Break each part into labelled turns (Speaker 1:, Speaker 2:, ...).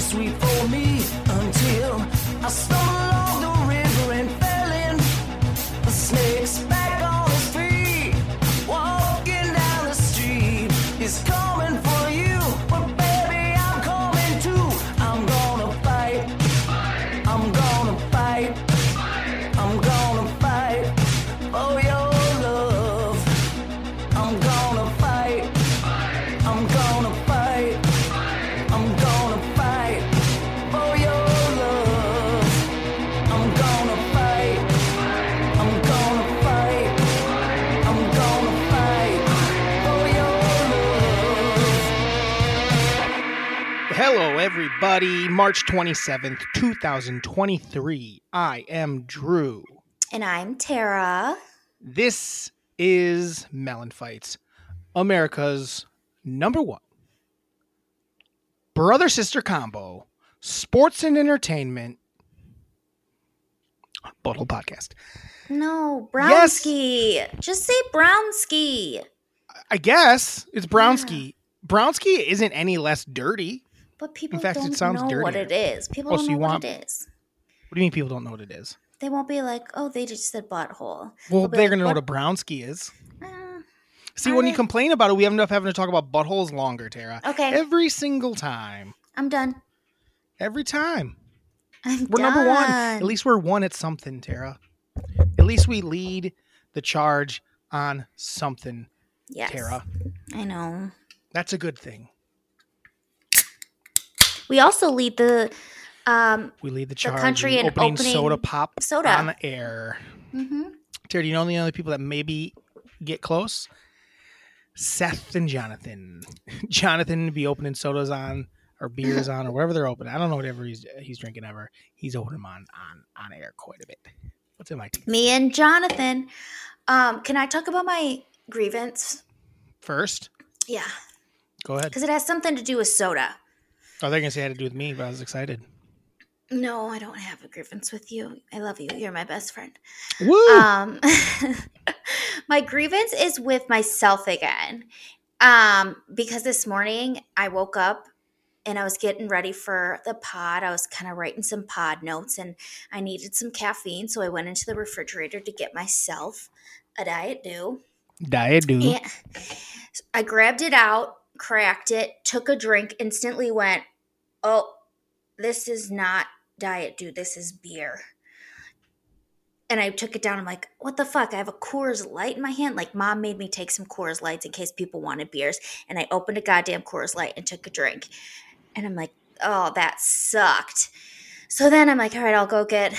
Speaker 1: sweet for me until I stumbled along the river and fell in. The snake's back on his feet, walking down the street. He's coming for you, but baby, I'm coming too. I'm gonna fight. I'm gonna fight. I'm gonna fight for your love. I'm gonna fight. I'm gonna fight. I'm gonna fight for your love. I'm gonna fight. I'm gonna fight. I'm gonna fight for your love.
Speaker 2: Hello, everybody. March 27th, 2023. I am Drew.
Speaker 3: And I'm Tara.
Speaker 2: This is Melon Fights, America's number one brother sister combo, sports and entertainment bottle podcast.
Speaker 3: No,
Speaker 2: Yes.
Speaker 3: Brownski. Just say Brownski.
Speaker 2: I guess it's Brownski. Brownski isn't any less dirty.
Speaker 3: But people
Speaker 2: fact, it
Speaker 3: don't
Speaker 2: sounds
Speaker 3: know what
Speaker 2: dirtier.
Speaker 3: it is. People
Speaker 2: Oh,
Speaker 3: don't
Speaker 2: so
Speaker 3: know
Speaker 2: you
Speaker 3: what
Speaker 2: want-
Speaker 3: it is.
Speaker 2: What do you mean people don't know what it is?
Speaker 3: They won't be like, oh, they just said butthole.
Speaker 2: Well,
Speaker 3: They'll be
Speaker 2: they're
Speaker 3: like,
Speaker 2: going to know what a
Speaker 3: "What?"
Speaker 2: Brownski is.
Speaker 3: Uh,
Speaker 2: See,
Speaker 3: Are
Speaker 2: when you
Speaker 3: they-
Speaker 2: complain about it, we end up having to talk about buttholes longer, Tara.
Speaker 3: Okay.
Speaker 2: Every single time.
Speaker 3: I'm done.
Speaker 2: Every time.
Speaker 3: I'm
Speaker 2: We're number one. At
Speaker 3: done.
Speaker 2: least we're one at something, Tara. At least we lead the charge on something,
Speaker 3: yes.
Speaker 2: Tara.
Speaker 3: I know.
Speaker 2: That's a good thing.
Speaker 3: We also lead the um
Speaker 2: We lead the charge in
Speaker 3: country in
Speaker 2: opening,
Speaker 3: opening
Speaker 2: soda pop
Speaker 3: soda.
Speaker 2: on the air. Mm-hmm.
Speaker 3: mhm.
Speaker 2: Tara, do you know the other people that maybe get close? Seth and Jonathan. Jonathan be opening sodas on or beers on or whatever they're opening. I don't know whatever he's he's drinking ever. He's opening them on on on air quite a bit. What's in my teeth?
Speaker 3: me and Jonathan. Um, can I talk about my grievance?
Speaker 2: First,
Speaker 3: Yeah.
Speaker 2: go ahead.
Speaker 3: Because it has something to do with soda.
Speaker 2: Oh, they're gonna say it had to do with me, but I was excited.
Speaker 3: No, I don't have a grievance with you. I love you. You're my best friend.
Speaker 2: Woo!
Speaker 3: um my grievance is with myself again um because this morning i woke up and i was getting ready for the pod i was kind of writing some pod notes and i needed some caffeine so i went into the refrigerator to get myself a diet dew
Speaker 2: Diet dude.
Speaker 3: and i grabbed it out cracked it took a drink instantly went oh this is not diet dew this is beer and I took it down. I'm like, what the fuck? I have a Coors Light in my hand. Like, mom made me take some Coors Lights in case people wanted beers. And I opened a goddamn Coors Light and took a drink. And I'm like, oh, that sucked. So then I'm like, all right, I'll go get,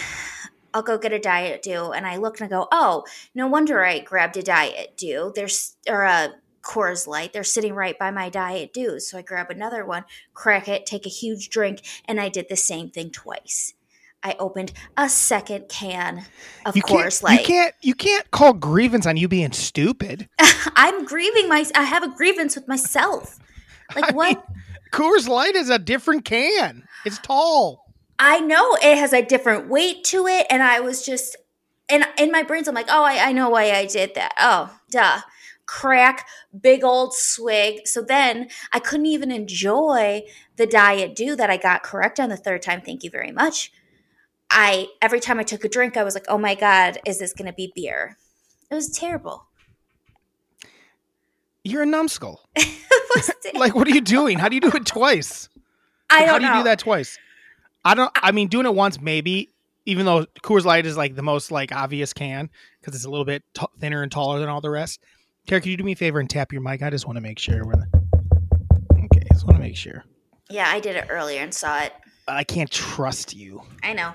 Speaker 3: I'll go get a diet dew. And I look and I go, oh, no wonder I grabbed a diet dew. There's or a Coors Light. They're sitting right by my diet dew. So I grab another one, crack it, take a huge drink, and I did the same thing twice. I opened a second can of
Speaker 2: you
Speaker 3: Coors
Speaker 2: can't,
Speaker 3: Light.
Speaker 2: you can't you can't call grievance on you being stupid.
Speaker 3: I'm grieving my. I have a grievance with myself. Like
Speaker 2: I
Speaker 3: what?
Speaker 2: mean, Coors Light is a different can. It's tall.
Speaker 3: I know it has a different weight to it, and I was just, and in my brains, I'm like, oh, I, I know why I did that. Oh, duh. Crack, big old swig. So then I couldn't even enjoy the diet do that I got correct on the third time. Thank you very much. I every time I took a drink, I was like, oh my god, is this going to be beer? It was terrible.
Speaker 2: You're a numbskull.
Speaker 3: It was ter-
Speaker 2: Like, what are you doing? How do you do it twice?
Speaker 3: I
Speaker 2: Like,
Speaker 3: don't
Speaker 2: How do you
Speaker 3: know.
Speaker 2: do that twice? I don't. I mean, doing it once maybe. Even though Coors Light is like the most like obvious can because it's a little bit t- thinner and taller than all the rest. Tara, could you do me a favor and tap your mic? I just want to make sure. We're okay, just want to make sure.
Speaker 3: Yeah, I did it earlier and saw it.
Speaker 2: I can't trust you.
Speaker 3: I know.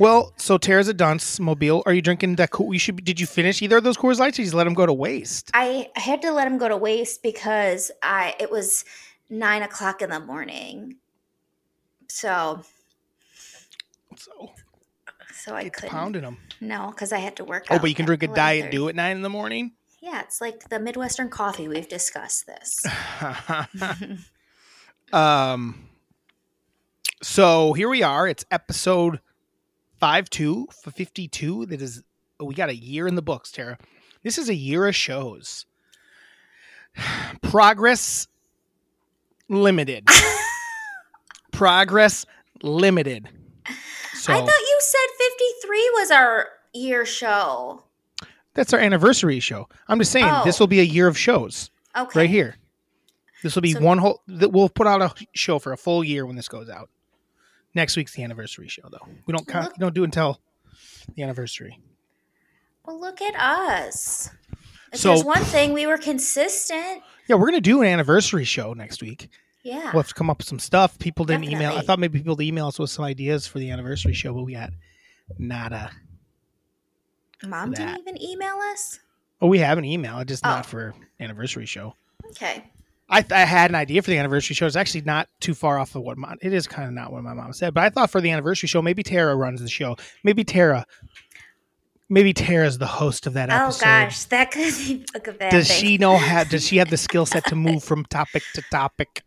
Speaker 2: Well, so Tara's a dunce. Mobile, are you drinking that? Cool. You should. Did you finish either of those Coors Lights? Or you just let them go to waste.
Speaker 3: I had to let him go to waste because I it was nine o'clock in the morning, so
Speaker 2: So
Speaker 3: so I
Speaker 2: it's
Speaker 3: couldn't.
Speaker 2: pounding them.
Speaker 3: No, because I had to work.
Speaker 2: Oh, but you can drink a diet
Speaker 3: do
Speaker 2: do at nine in the morning.
Speaker 3: Yeah, it's like the Midwestern coffee. We've discussed this.
Speaker 2: um. So here we are. It's episode five two for fifty two. That is, oh, we got a year in the books, Tara. This is a year of shows. Progress limited. Progress Limited. So
Speaker 3: I thought you said 53 was our year show.
Speaker 2: that's our anniversary show. I'm just saying
Speaker 3: Oh.
Speaker 2: this will be a year of shows
Speaker 3: Okay.
Speaker 2: right here. This will be
Speaker 3: So-
Speaker 2: one whole. That we'll put out a show for a full year when this goes out. Next week's the anniversary show, though. We don't count.
Speaker 3: Look-
Speaker 2: We don't do until the anniversary.
Speaker 3: Well, look at us. If
Speaker 2: So-
Speaker 3: there's one thing, we were consistent.
Speaker 2: Yeah, we're gonna do an anniversary show next week.
Speaker 3: Yeah.
Speaker 2: We'll have to come up with some stuff. People didn't email. I
Speaker 3: Ah. Definitely.
Speaker 2: thought maybe people would email us with some ideas for the anniversary show, but we got nada.
Speaker 3: Mom
Speaker 2: that.
Speaker 3: didn't even email us.
Speaker 2: Oh, we have an email. It's just
Speaker 3: Oh.
Speaker 2: not for anniversary show.
Speaker 3: Okay.
Speaker 2: I, th- I had an idea for the anniversary show. It's actually not too far off of what mom. It is kind of not what my mom said, but I thought for the anniversary show, maybe Tara runs the show. Maybe Tara. Maybe Tara's the host of that
Speaker 3: Oh,
Speaker 2: episode.
Speaker 3: gosh. That could be a good bad
Speaker 2: Does
Speaker 3: thing.
Speaker 2: she know how? Does she have the skill set to move from topic to topic?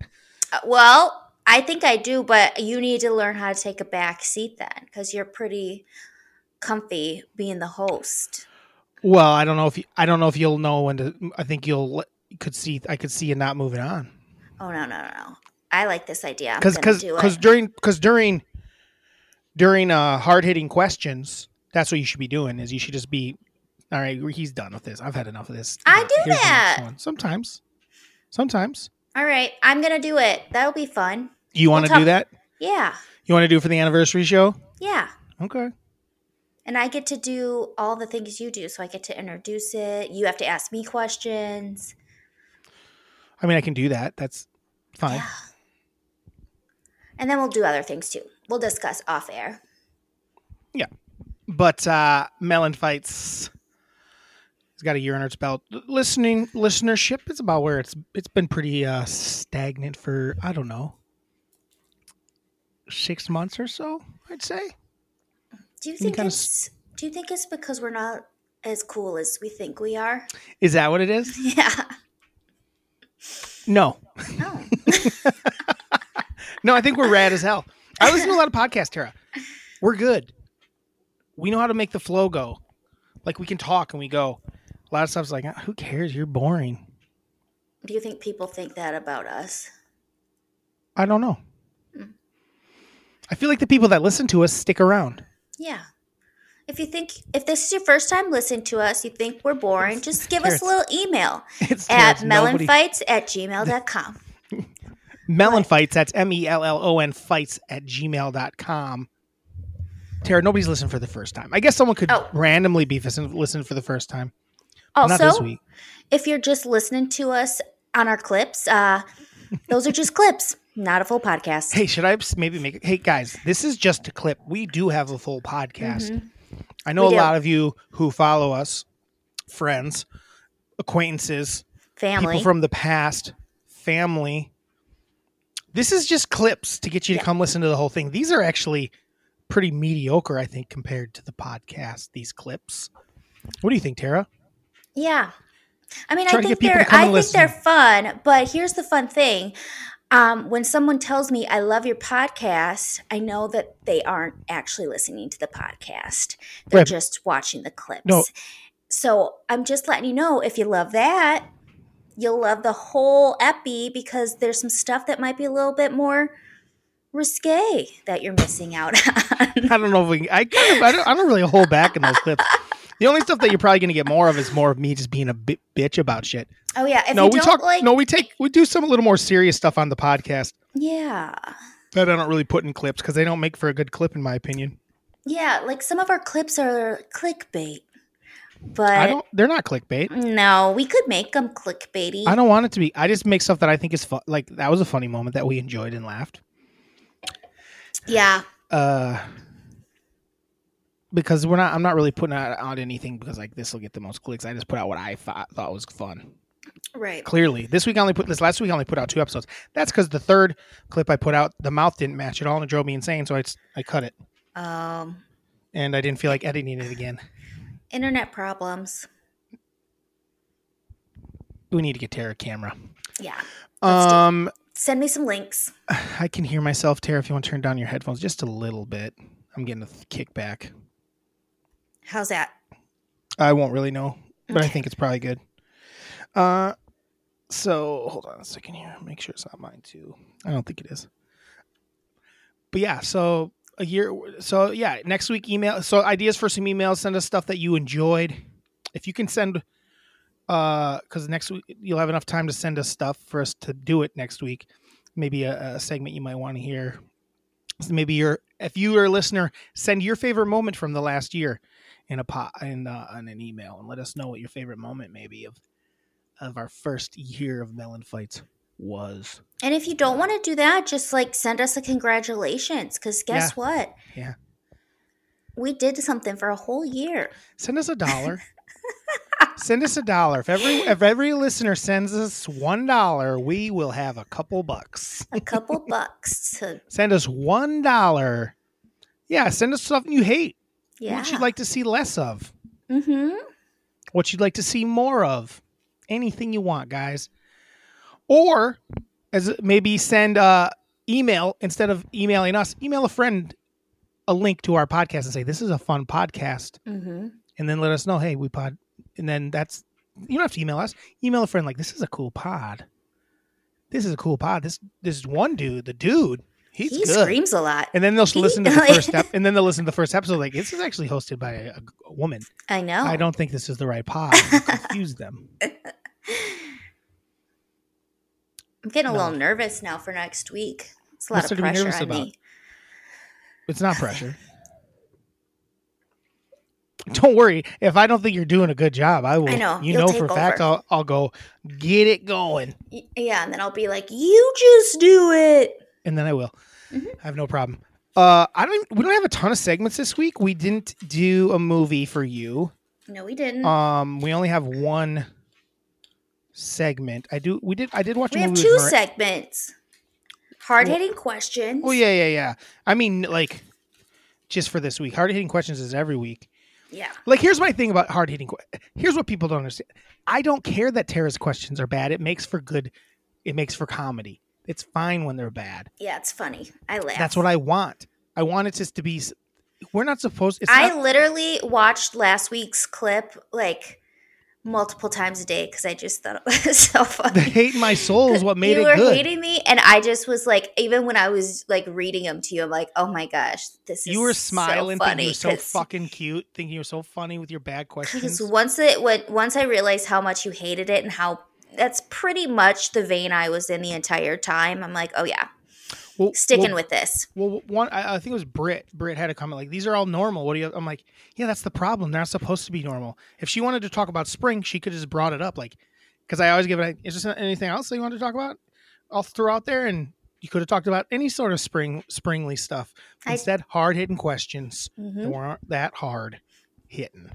Speaker 3: Uh, Well, I think I do, but you need to learn how to take a back seat then because you're pretty comfy being the host.
Speaker 2: Well, I don't know if you, I don't know if you'll know when to. I think you'll could see. I could see you not moving on
Speaker 3: Oh, no, no, no, no. I like this idea. I'm
Speaker 2: because
Speaker 3: going
Speaker 2: because
Speaker 3: to do
Speaker 2: because
Speaker 3: it.
Speaker 2: during because during during uh hard hitting questions, that's what you should be doing. Is you should just be all right. He's done with this. I've had enough of this.
Speaker 3: I
Speaker 2: Uh,
Speaker 3: do
Speaker 2: here's the next
Speaker 3: that.
Speaker 2: one." Sometimes, sometimes
Speaker 3: All right. I'm going to do it. That'll be fun.
Speaker 2: you want to
Speaker 3: talk-
Speaker 2: do that.
Speaker 3: Yeah.
Speaker 2: You want to do it for the anniversary show?
Speaker 3: Yeah.
Speaker 2: Okay.
Speaker 3: And I get to do all the things you do. So I get to introduce it. You have to ask me questions.
Speaker 2: I mean, I can do that. That's fine.
Speaker 3: Yeah. And then we'll do other things too. We'll discuss off air.
Speaker 2: but uh melon fights he's got a year under its belt L- listening listenership is about where it's it's been pretty uh stagnant for i don't know six months or so i'd say
Speaker 3: Do you
Speaker 2: Any
Speaker 3: think
Speaker 2: kind of
Speaker 3: it's do you think it's because we're not as cool as we think we are?
Speaker 2: is that what it is
Speaker 3: Yeah.
Speaker 2: no
Speaker 3: No.
Speaker 2: no i think we're rad as hell i listen to a lot of podcasts tara we're good we know how to make the flow go like we can talk and we go a lot of stuff's like "Ah, who cares you're boring
Speaker 3: Do you think people think that about us?
Speaker 2: i don't know
Speaker 3: Hmm.
Speaker 2: i feel like the people that listen to us stick around
Speaker 3: Yeah. If you think if this is your first time listening to us, you think we're boring, just give us
Speaker 2: Carrots.
Speaker 3: a little email
Speaker 2: It's
Speaker 3: at
Speaker 2: Terrence. Nobody-
Speaker 3: melonfights at gmail.com.
Speaker 2: Melon Fights. That's M E L L O N fights at gmail.com. Tara, nobody's listening for the first time. I guess someone could
Speaker 3: Oh.
Speaker 2: randomly be listen- listening for the first time. Not this
Speaker 3: Also,
Speaker 2: week.
Speaker 3: if you're just listening to us on our clips, uh, those are just clips, not a full podcast.
Speaker 2: Hey, should I maybe make Hey, guys, this is just a clip. We do have a full podcast. I know
Speaker 3: Mm-hmm. We
Speaker 2: a
Speaker 3: do.
Speaker 2: lot of you who follow us, friends, acquaintances,
Speaker 3: Family.
Speaker 2: people from the past, family. This is just clips to get you to
Speaker 3: Yeah.
Speaker 2: come listen to the whole thing. These are actually pretty mediocre, I think, compared to the podcast. These clips. What do you think, Tara?
Speaker 3: Yeah. I mean,
Speaker 2: Try
Speaker 3: I
Speaker 2: to get
Speaker 3: think
Speaker 2: people to
Speaker 3: they're
Speaker 2: come and
Speaker 3: I think they're fun, but here's the fun thing. Um, when someone tells me I love your podcast, I know that they aren't actually listening to the podcast. They're
Speaker 2: Right.
Speaker 3: just watching the clips.
Speaker 2: No.
Speaker 3: So I'm just letting you know if you love that, you'll love the whole epi because there's some stuff that might be a little bit more risque that you're missing out on.
Speaker 2: I don't know if we. I kind of. I don't, I don't really hold back in those clips. The only stuff that you're probably going to get more of is more of me just being a bi- bitch about shit.
Speaker 3: oh yeah. If
Speaker 2: no,
Speaker 3: you
Speaker 2: we
Speaker 3: don't
Speaker 2: talk.
Speaker 3: like
Speaker 2: no, we take. We do some a little more serious stuff on the podcast
Speaker 3: Yeah.
Speaker 2: that I don't really put in clips because they don't make for a good clip, in my opinion.
Speaker 3: Yeah, like some of our clips are clickbait, but
Speaker 2: I don't. They're not clickbait.
Speaker 3: no, we could make them clickbaity.
Speaker 2: I don't want it to be. I just make stuff that I think is fun. Like that was a funny moment that we enjoyed and laughed.
Speaker 3: yeah,
Speaker 2: Uh, because we're not. I'm not really putting out, out anything because like this will get the most clicks. I just put out what I thought, thought was fun.
Speaker 3: right.
Speaker 2: Clearly, this week I only put this last week I only put out two episodes. That's because the third clip I put out, the mouth didn't match at all, and it drove me insane. So I s- I cut it,
Speaker 3: Um,
Speaker 2: and I didn't feel like editing it again.
Speaker 3: internet problems.
Speaker 2: We need to get Tara a camera.
Speaker 3: Yeah, Let's do it.
Speaker 2: Um,
Speaker 3: send me some links.
Speaker 2: I can hear myself, Tara. If you want to turn down your headphones just a little bit, I'm getting a th- kickback.
Speaker 3: How's that?
Speaker 2: I won't really know, but I
Speaker 3: Okay.
Speaker 2: think it's probably good. Uh, so hold on a second here. Make sure it's not mine too. I don't think it is. but yeah, so a year. So yeah, next week email. So ideas for some emails. Send us stuff that you enjoyed. If you can send, uh, because next week you'll have enough time to send us stuff for us to do it next week. Maybe a, a segment you might want to hear. So maybe your if you are a listener, send your favorite moment from the last year in a pot in uh, on an email and let us know what your favorite moment maybe of of our first year of melon fights was.
Speaker 3: And if you don't want to do that, just like send us a congratulations because guess
Speaker 2: Yeah.
Speaker 3: what?
Speaker 2: Yeah.
Speaker 3: We did something for a whole year.
Speaker 2: Send us a dollar. send us a dollar. If every if every listener sends us one dollar, we will have a couple bucks.
Speaker 3: A couple bucks to,
Speaker 2: Send us one dollar. Yeah, send us something you hate.
Speaker 3: yeah.
Speaker 2: What you'd like to see less of.
Speaker 3: mm-hmm.
Speaker 2: What you'd like to see more of. Anything you want, guys. Or as maybe send uh email instead of emailing us, email a friend a link to our podcast and say, This is a fun podcast.
Speaker 3: Mm-hmm.
Speaker 2: and then let us know, hey, we pod, and then that's you don't have to email us. Email a friend like this is a cool pod. This is a cool pod. This this one dude, the dude, he's
Speaker 3: He
Speaker 2: good.
Speaker 3: screams a lot.
Speaker 2: And then they'll
Speaker 3: He-
Speaker 2: listen to the first step, and then they'll listen to the first episode. Like this is actually hosted by a, a woman.
Speaker 3: I know.
Speaker 2: I don't think this is the right pod. It'll Confuse them.
Speaker 3: I'm getting a
Speaker 2: No.
Speaker 3: little nervous now for next week. It's a
Speaker 2: What's there
Speaker 3: lot of
Speaker 2: to be
Speaker 3: pressure
Speaker 2: nervous
Speaker 3: on
Speaker 2: about?
Speaker 3: me.
Speaker 2: It's not pressure. Don't worry. If I don't think you're doing a good job, I will.
Speaker 3: I know.
Speaker 2: You
Speaker 3: You'll
Speaker 2: know
Speaker 3: take
Speaker 2: for a fact,
Speaker 3: over.
Speaker 2: I'll, I'll go get it going.
Speaker 3: Y- Yeah, and then I'll be like, "You just do it."
Speaker 2: and then I will.
Speaker 3: Mhm.
Speaker 2: I have no problem. Uh, I don't. We don't have a ton of segments this week. We didn't do a movie for you.
Speaker 3: No, we didn't.
Speaker 2: Um, we only have one segment. I do. We did. I did watch.
Speaker 3: we
Speaker 2: a
Speaker 3: have
Speaker 2: movie
Speaker 3: two
Speaker 2: with Mar-
Speaker 3: segments. Hard hitting questions.
Speaker 2: Oh yeah, yeah, yeah. I mean, like, just for this week. Hard hitting questions is every week.
Speaker 3: Yeah.
Speaker 2: Like, here's my thing about hard hitting. Que- here's what people don't understand. I don't care that Tara's questions are bad. It makes for good. It makes for comedy. It's fine when they're bad.
Speaker 3: Yeah, it's funny. I laugh.
Speaker 2: That's what I want. I want it just to be. s- We're not supposed. It's
Speaker 3: I
Speaker 2: not-
Speaker 3: literally watched last week's clip like multiple times a day because I just thought it was so
Speaker 2: the
Speaker 3: funny.
Speaker 2: hate in my soul is what made it
Speaker 3: you were
Speaker 2: good.
Speaker 3: hating me, and I just was like, even when I was like reading them to you, I'm like, oh my gosh, this is
Speaker 2: you were smiling,
Speaker 3: so
Speaker 2: thinking you
Speaker 3: funny.
Speaker 2: were so
Speaker 3: 'cause-
Speaker 2: fucking cute, thinking you were so funny with your bad questions.
Speaker 3: Because once it went, once I realized how much you hated it and how that's pretty much the vein I was in the entire time. I'm like, oh yeah,
Speaker 2: Well,
Speaker 3: sticking
Speaker 2: well,
Speaker 3: with this.
Speaker 2: Well, one, I, I think it was Brit. Brit had a comment like, "These are all normal." What do you? I'm like, yeah, that's the problem. They're not supposed to be normal. If she wanted to talk about spring, she could have just brought it up. Like, because I always give it. Is there anything else that you want to talk about? I'll throw out there, and you could have talked about any sort of spring, springly stuff.
Speaker 3: I-
Speaker 2: Instead, hard hitting questions that
Speaker 3: hmm
Speaker 2: weren't that hard hitting.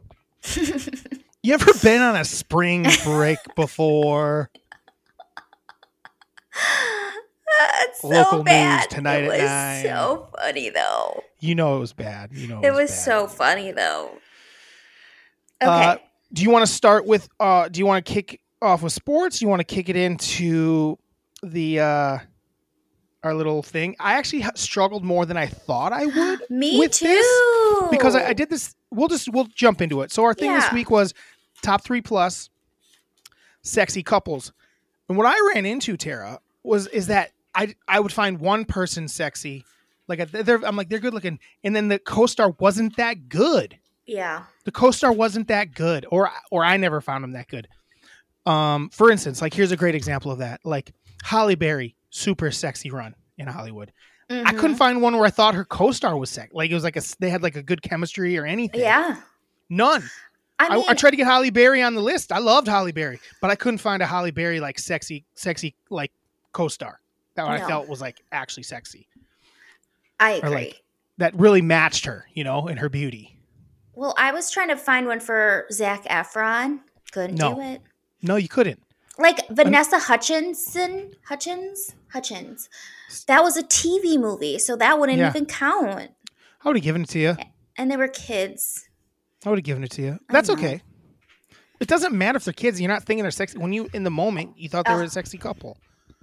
Speaker 2: You ever been on a spring break before?
Speaker 3: it's so
Speaker 2: Local news
Speaker 3: bad.
Speaker 2: tonight
Speaker 3: it
Speaker 2: at
Speaker 3: was
Speaker 2: nine.
Speaker 3: so funny though.
Speaker 2: You know it was bad. You know it,
Speaker 3: It was
Speaker 2: bad.
Speaker 3: so funny though. Okay.
Speaker 2: Uh, Do you want to start with? Uh, do you want to kick off with sports? Do you want to kick it into the uh, our little thing? I actually ha- struggled more than I thought I would
Speaker 3: me
Speaker 2: with
Speaker 3: too.
Speaker 2: this, because I, I did this. We'll just we'll jump into it. So our thing this
Speaker 3: Oh. Yeah.
Speaker 2: week was top three plus sexy couples, and what I ran into Tara was is that I I would find one person sexy, like I- they're, I'm like they're good looking, and then the co-star wasn't that good
Speaker 3: Yeah.
Speaker 2: the co-star wasn't that good or or I never found him that good. Um for instance, like here's a great example of that. Like Holly Berry, super sexy run in Hollywood. I
Speaker 3: Mm-hmm.
Speaker 2: couldn't find one where I thought her co-star was sex. Like it was like a s- they had like a good chemistry or anything.
Speaker 3: Mm-hmm. Yeah.
Speaker 2: None.
Speaker 3: I
Speaker 2: I,
Speaker 3: mean,
Speaker 2: I tried to get Holly Berry on the list. I loved Holly Berry, but I couldn't find a Holly Berry like sexy sexy like co-star that I
Speaker 3: No.
Speaker 2: felt was like actually sexy.
Speaker 3: I
Speaker 2: or,
Speaker 3: agree.
Speaker 2: like- That really matched her, you know, in her beauty.
Speaker 3: well, I was trying to find one for Zach Efron. Couldn't
Speaker 2: No.
Speaker 3: do it.
Speaker 2: No, you couldn't.
Speaker 3: Like Vanessa Hutchinson, Hutchins, Hutchins. That was a TV movie, so that wouldn't
Speaker 2: Yeah.
Speaker 3: even count.
Speaker 2: I would have given it to you.
Speaker 3: And they were kids.
Speaker 2: I would have given it to you.
Speaker 3: I
Speaker 2: That's
Speaker 3: know.
Speaker 2: okay. It doesn't matter if they're kids. You're not thinking they're sexy. When you in the moment, you thought they were
Speaker 3: Ugh.
Speaker 2: a sexy couple.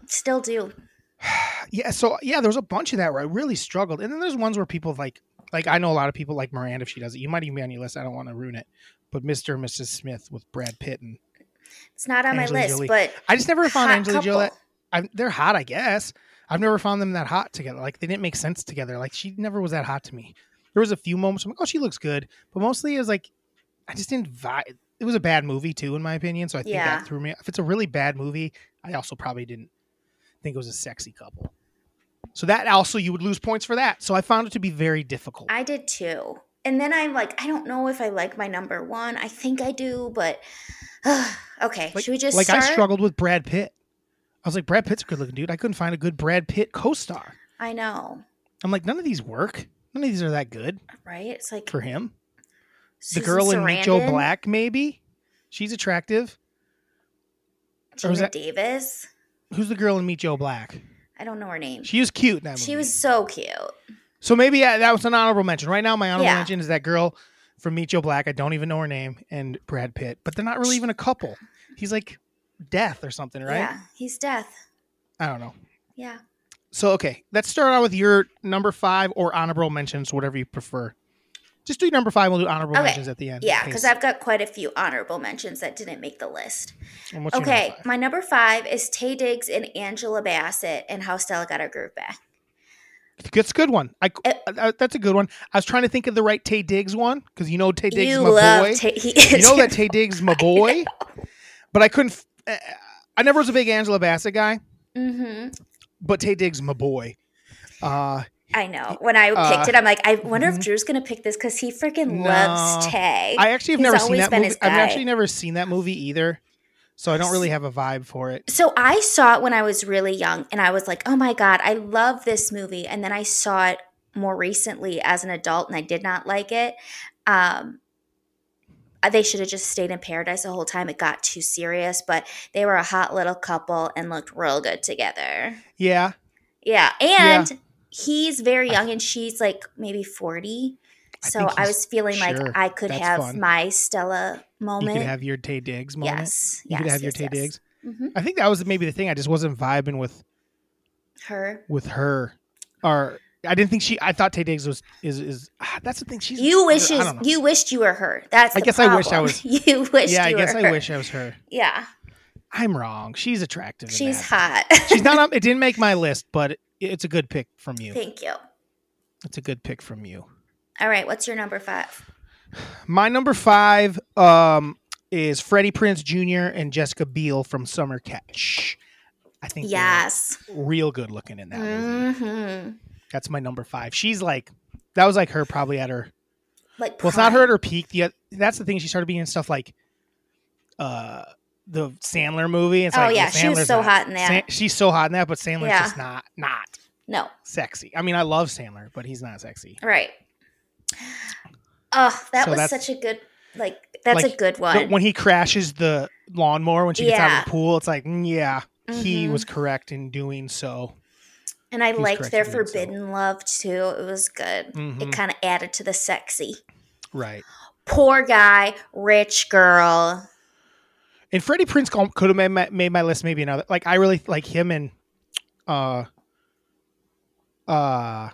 Speaker 3: Still do.
Speaker 2: Yeah. So yeah, there was a bunch of that where I really struggled, and then there's ones where people like, like I know a lot of people like Miranda if she does it. You might even be on your list. I don't want to ruin it, but Mr. and Mrs. Smith with Brad Pitt and
Speaker 3: It's not on
Speaker 2: Angelina
Speaker 3: my list,
Speaker 2: Jolie.
Speaker 3: but
Speaker 2: I just never found
Speaker 3: hot
Speaker 2: Angelina
Speaker 3: couple.
Speaker 2: Jolie. I'm, they're hot, I guess. I've never found them that hot together. Like they didn't make sense together. Like she never was that hot to me. There was a few moments I'm like, oh, she looks good, but mostly it was like, I just didn't vibe. It was a bad movie too, in my opinion. So I think
Speaker 3: Yeah.
Speaker 2: that threw me. If it's a really bad movie, I also probably didn't think it was a sexy couple. So that also you would lose points for that. So I found it to be very difficult.
Speaker 3: I did too. And then I'm like, I don't know if I like my number one. I think I do, but okay.
Speaker 2: like,
Speaker 3: Should we just
Speaker 2: like
Speaker 3: start?
Speaker 2: I struggled with Brad Pitt. I was like, Brad Pitt's a good looking dude. I couldn't find a good Brad Pitt co-star.
Speaker 3: I know,
Speaker 2: I'm like, none of these work. None of these are that good
Speaker 3: right? It's like
Speaker 2: for him.
Speaker 3: Susan
Speaker 2: the girl in Meet Joe
Speaker 3: Sarandon,
Speaker 2: Black, maybe she's attractive. or
Speaker 3: Gina
Speaker 2: was that-
Speaker 3: Davis.
Speaker 2: Who's the girl in Meet Joe Black?
Speaker 3: I don't know her name. She,
Speaker 2: She is cute. In that movie.
Speaker 3: was so cute.
Speaker 2: So maybe uh, that was an honorable mention. Right now, my honorable
Speaker 3: Yeah.
Speaker 2: mention is that girl from Meet Joe Black. I don't even know her name, and Brad Pitt. But they're not really even a couple. He's like death or something, right?
Speaker 3: Yeah, he's death.
Speaker 2: I don't know.
Speaker 3: Yeah.
Speaker 2: So okay, let's start out with your number five or honorable mentions, whatever you prefer. Just do your number five. We'll do honorable
Speaker 3: Okay.
Speaker 2: mentions at the end. in
Speaker 3: Yeah, because
Speaker 2: case.
Speaker 3: I've got quite a few honorable mentions that didn't make the list.
Speaker 2: And what's your number
Speaker 3: Okay,
Speaker 2: five?
Speaker 3: my number five is Tay Diggs and Angela Bassett and how Stella got her groove back.
Speaker 2: That's a good one. I,
Speaker 3: Uh,
Speaker 2: uh, that's a good one. I was trying to think of the right Tay Diggs one because you know Tay Diggs
Speaker 3: you
Speaker 2: is my boy.
Speaker 3: love Tay. He is
Speaker 2: you know that Tay Diggs is my boy, but I couldn't. f- Uh, I never was a big Angela Bassett guy,
Speaker 3: hmm
Speaker 2: but Tay Diggs is my boy. Uh,
Speaker 3: I know. When I
Speaker 2: Uh,
Speaker 3: picked it, I'm like, I wonder if
Speaker 2: mhm.
Speaker 3: Drew's gonna pick this because he freaking
Speaker 2: No.
Speaker 3: loves Tay.
Speaker 2: I actually have
Speaker 3: He's
Speaker 2: never seen
Speaker 3: always
Speaker 2: that
Speaker 3: been
Speaker 2: movie.
Speaker 3: his
Speaker 2: I've
Speaker 3: guy.
Speaker 2: actually never seen that movie either, so I don't really have a vibe for it.
Speaker 3: so I saw it when I was really young, and I was like, oh my god, I love this movie. And then I saw it more recently as an adult, and I did not like it. Um, uh, they should have just stayed in paradise the whole time. It got too serious, but they were a hot little couple and looked real good together.
Speaker 2: Yeah,
Speaker 3: Yeah,
Speaker 2: Yeah.
Speaker 3: and he's very young, and she's like maybe forty.
Speaker 2: I
Speaker 3: So
Speaker 2: think
Speaker 3: I,
Speaker 2: he's-
Speaker 3: was feeling
Speaker 2: sure,
Speaker 3: like I could
Speaker 2: that's
Speaker 3: have
Speaker 2: fun.
Speaker 3: my Stella moment.
Speaker 2: you could have your Tay Diggs moment.
Speaker 3: yes,
Speaker 2: you
Speaker 3: yes,
Speaker 2: could have your
Speaker 3: yes,
Speaker 2: Tay
Speaker 3: yes.
Speaker 2: Diggs.
Speaker 3: Mhm.
Speaker 2: I think that was maybe the thing. I just wasn't vibing with
Speaker 3: Her,
Speaker 2: with her, or I didn't think she. I thought Tay Diggs was is is. ah, That's the thing. She's
Speaker 3: you
Speaker 2: I
Speaker 3: wishes
Speaker 2: don't know.
Speaker 3: you wished you were her. That's
Speaker 2: I
Speaker 3: the
Speaker 2: guess I wish I
Speaker 3: problem.
Speaker 2: was-
Speaker 3: you wished.
Speaker 2: yeah, I
Speaker 3: you
Speaker 2: guess
Speaker 3: were
Speaker 2: I
Speaker 3: her.
Speaker 2: wish I was her.
Speaker 3: Yeah,
Speaker 2: I'm wrong. She's attractive. in
Speaker 3: she's
Speaker 2: that.
Speaker 3: hot.
Speaker 2: She's not. On, it didn't make my list, but it, it's a good pick from you.
Speaker 3: Thank you.
Speaker 2: It's a good pick from you.
Speaker 3: All right, what's your number five?
Speaker 2: My number five um, is Freddie Prince Jr. and Jessica Biel from Summer Catch. I think they're
Speaker 3: Yes.
Speaker 2: real good looking in that movie.
Speaker 3: hmm
Speaker 2: That's my number five. She's like, that was like her probably at her.
Speaker 3: Like
Speaker 2: Well, it's not
Speaker 3: prime.
Speaker 2: her at her peak. The, that's the thing. She started being in stuff like, uh, the Sandler movie. It's
Speaker 3: Oh,
Speaker 2: like, well,
Speaker 3: yeah, she was
Speaker 2: Sandler's
Speaker 3: so
Speaker 2: not-
Speaker 3: hot in that.
Speaker 2: San- she's so hot in that, but Sandler's
Speaker 3: Yeah.
Speaker 2: just not not
Speaker 3: No,
Speaker 2: sexy. I mean, I love Sandler, but he's not sexy.
Speaker 3: right. Oh, that
Speaker 2: So
Speaker 3: was
Speaker 2: that's-
Speaker 3: such a good. Like that's
Speaker 2: Like,
Speaker 3: a good one.
Speaker 2: But when he crashes the lawnmower when she gets out
Speaker 3: Yeah.
Speaker 2: of the pool, it's like, mm, yeah, he
Speaker 3: Mhm.
Speaker 2: was correct in doing so.
Speaker 3: And I
Speaker 2: He's
Speaker 3: liked
Speaker 2: correct
Speaker 3: their
Speaker 2: in doing so.
Speaker 3: forbidden love too. It was good.
Speaker 2: Mhm.
Speaker 3: It kind of added to the sexy.
Speaker 2: Right.
Speaker 3: Poor guy, rich girl.
Speaker 2: And Freddie Prince could have made my, made my list maybe another. Like I really like him and uh uh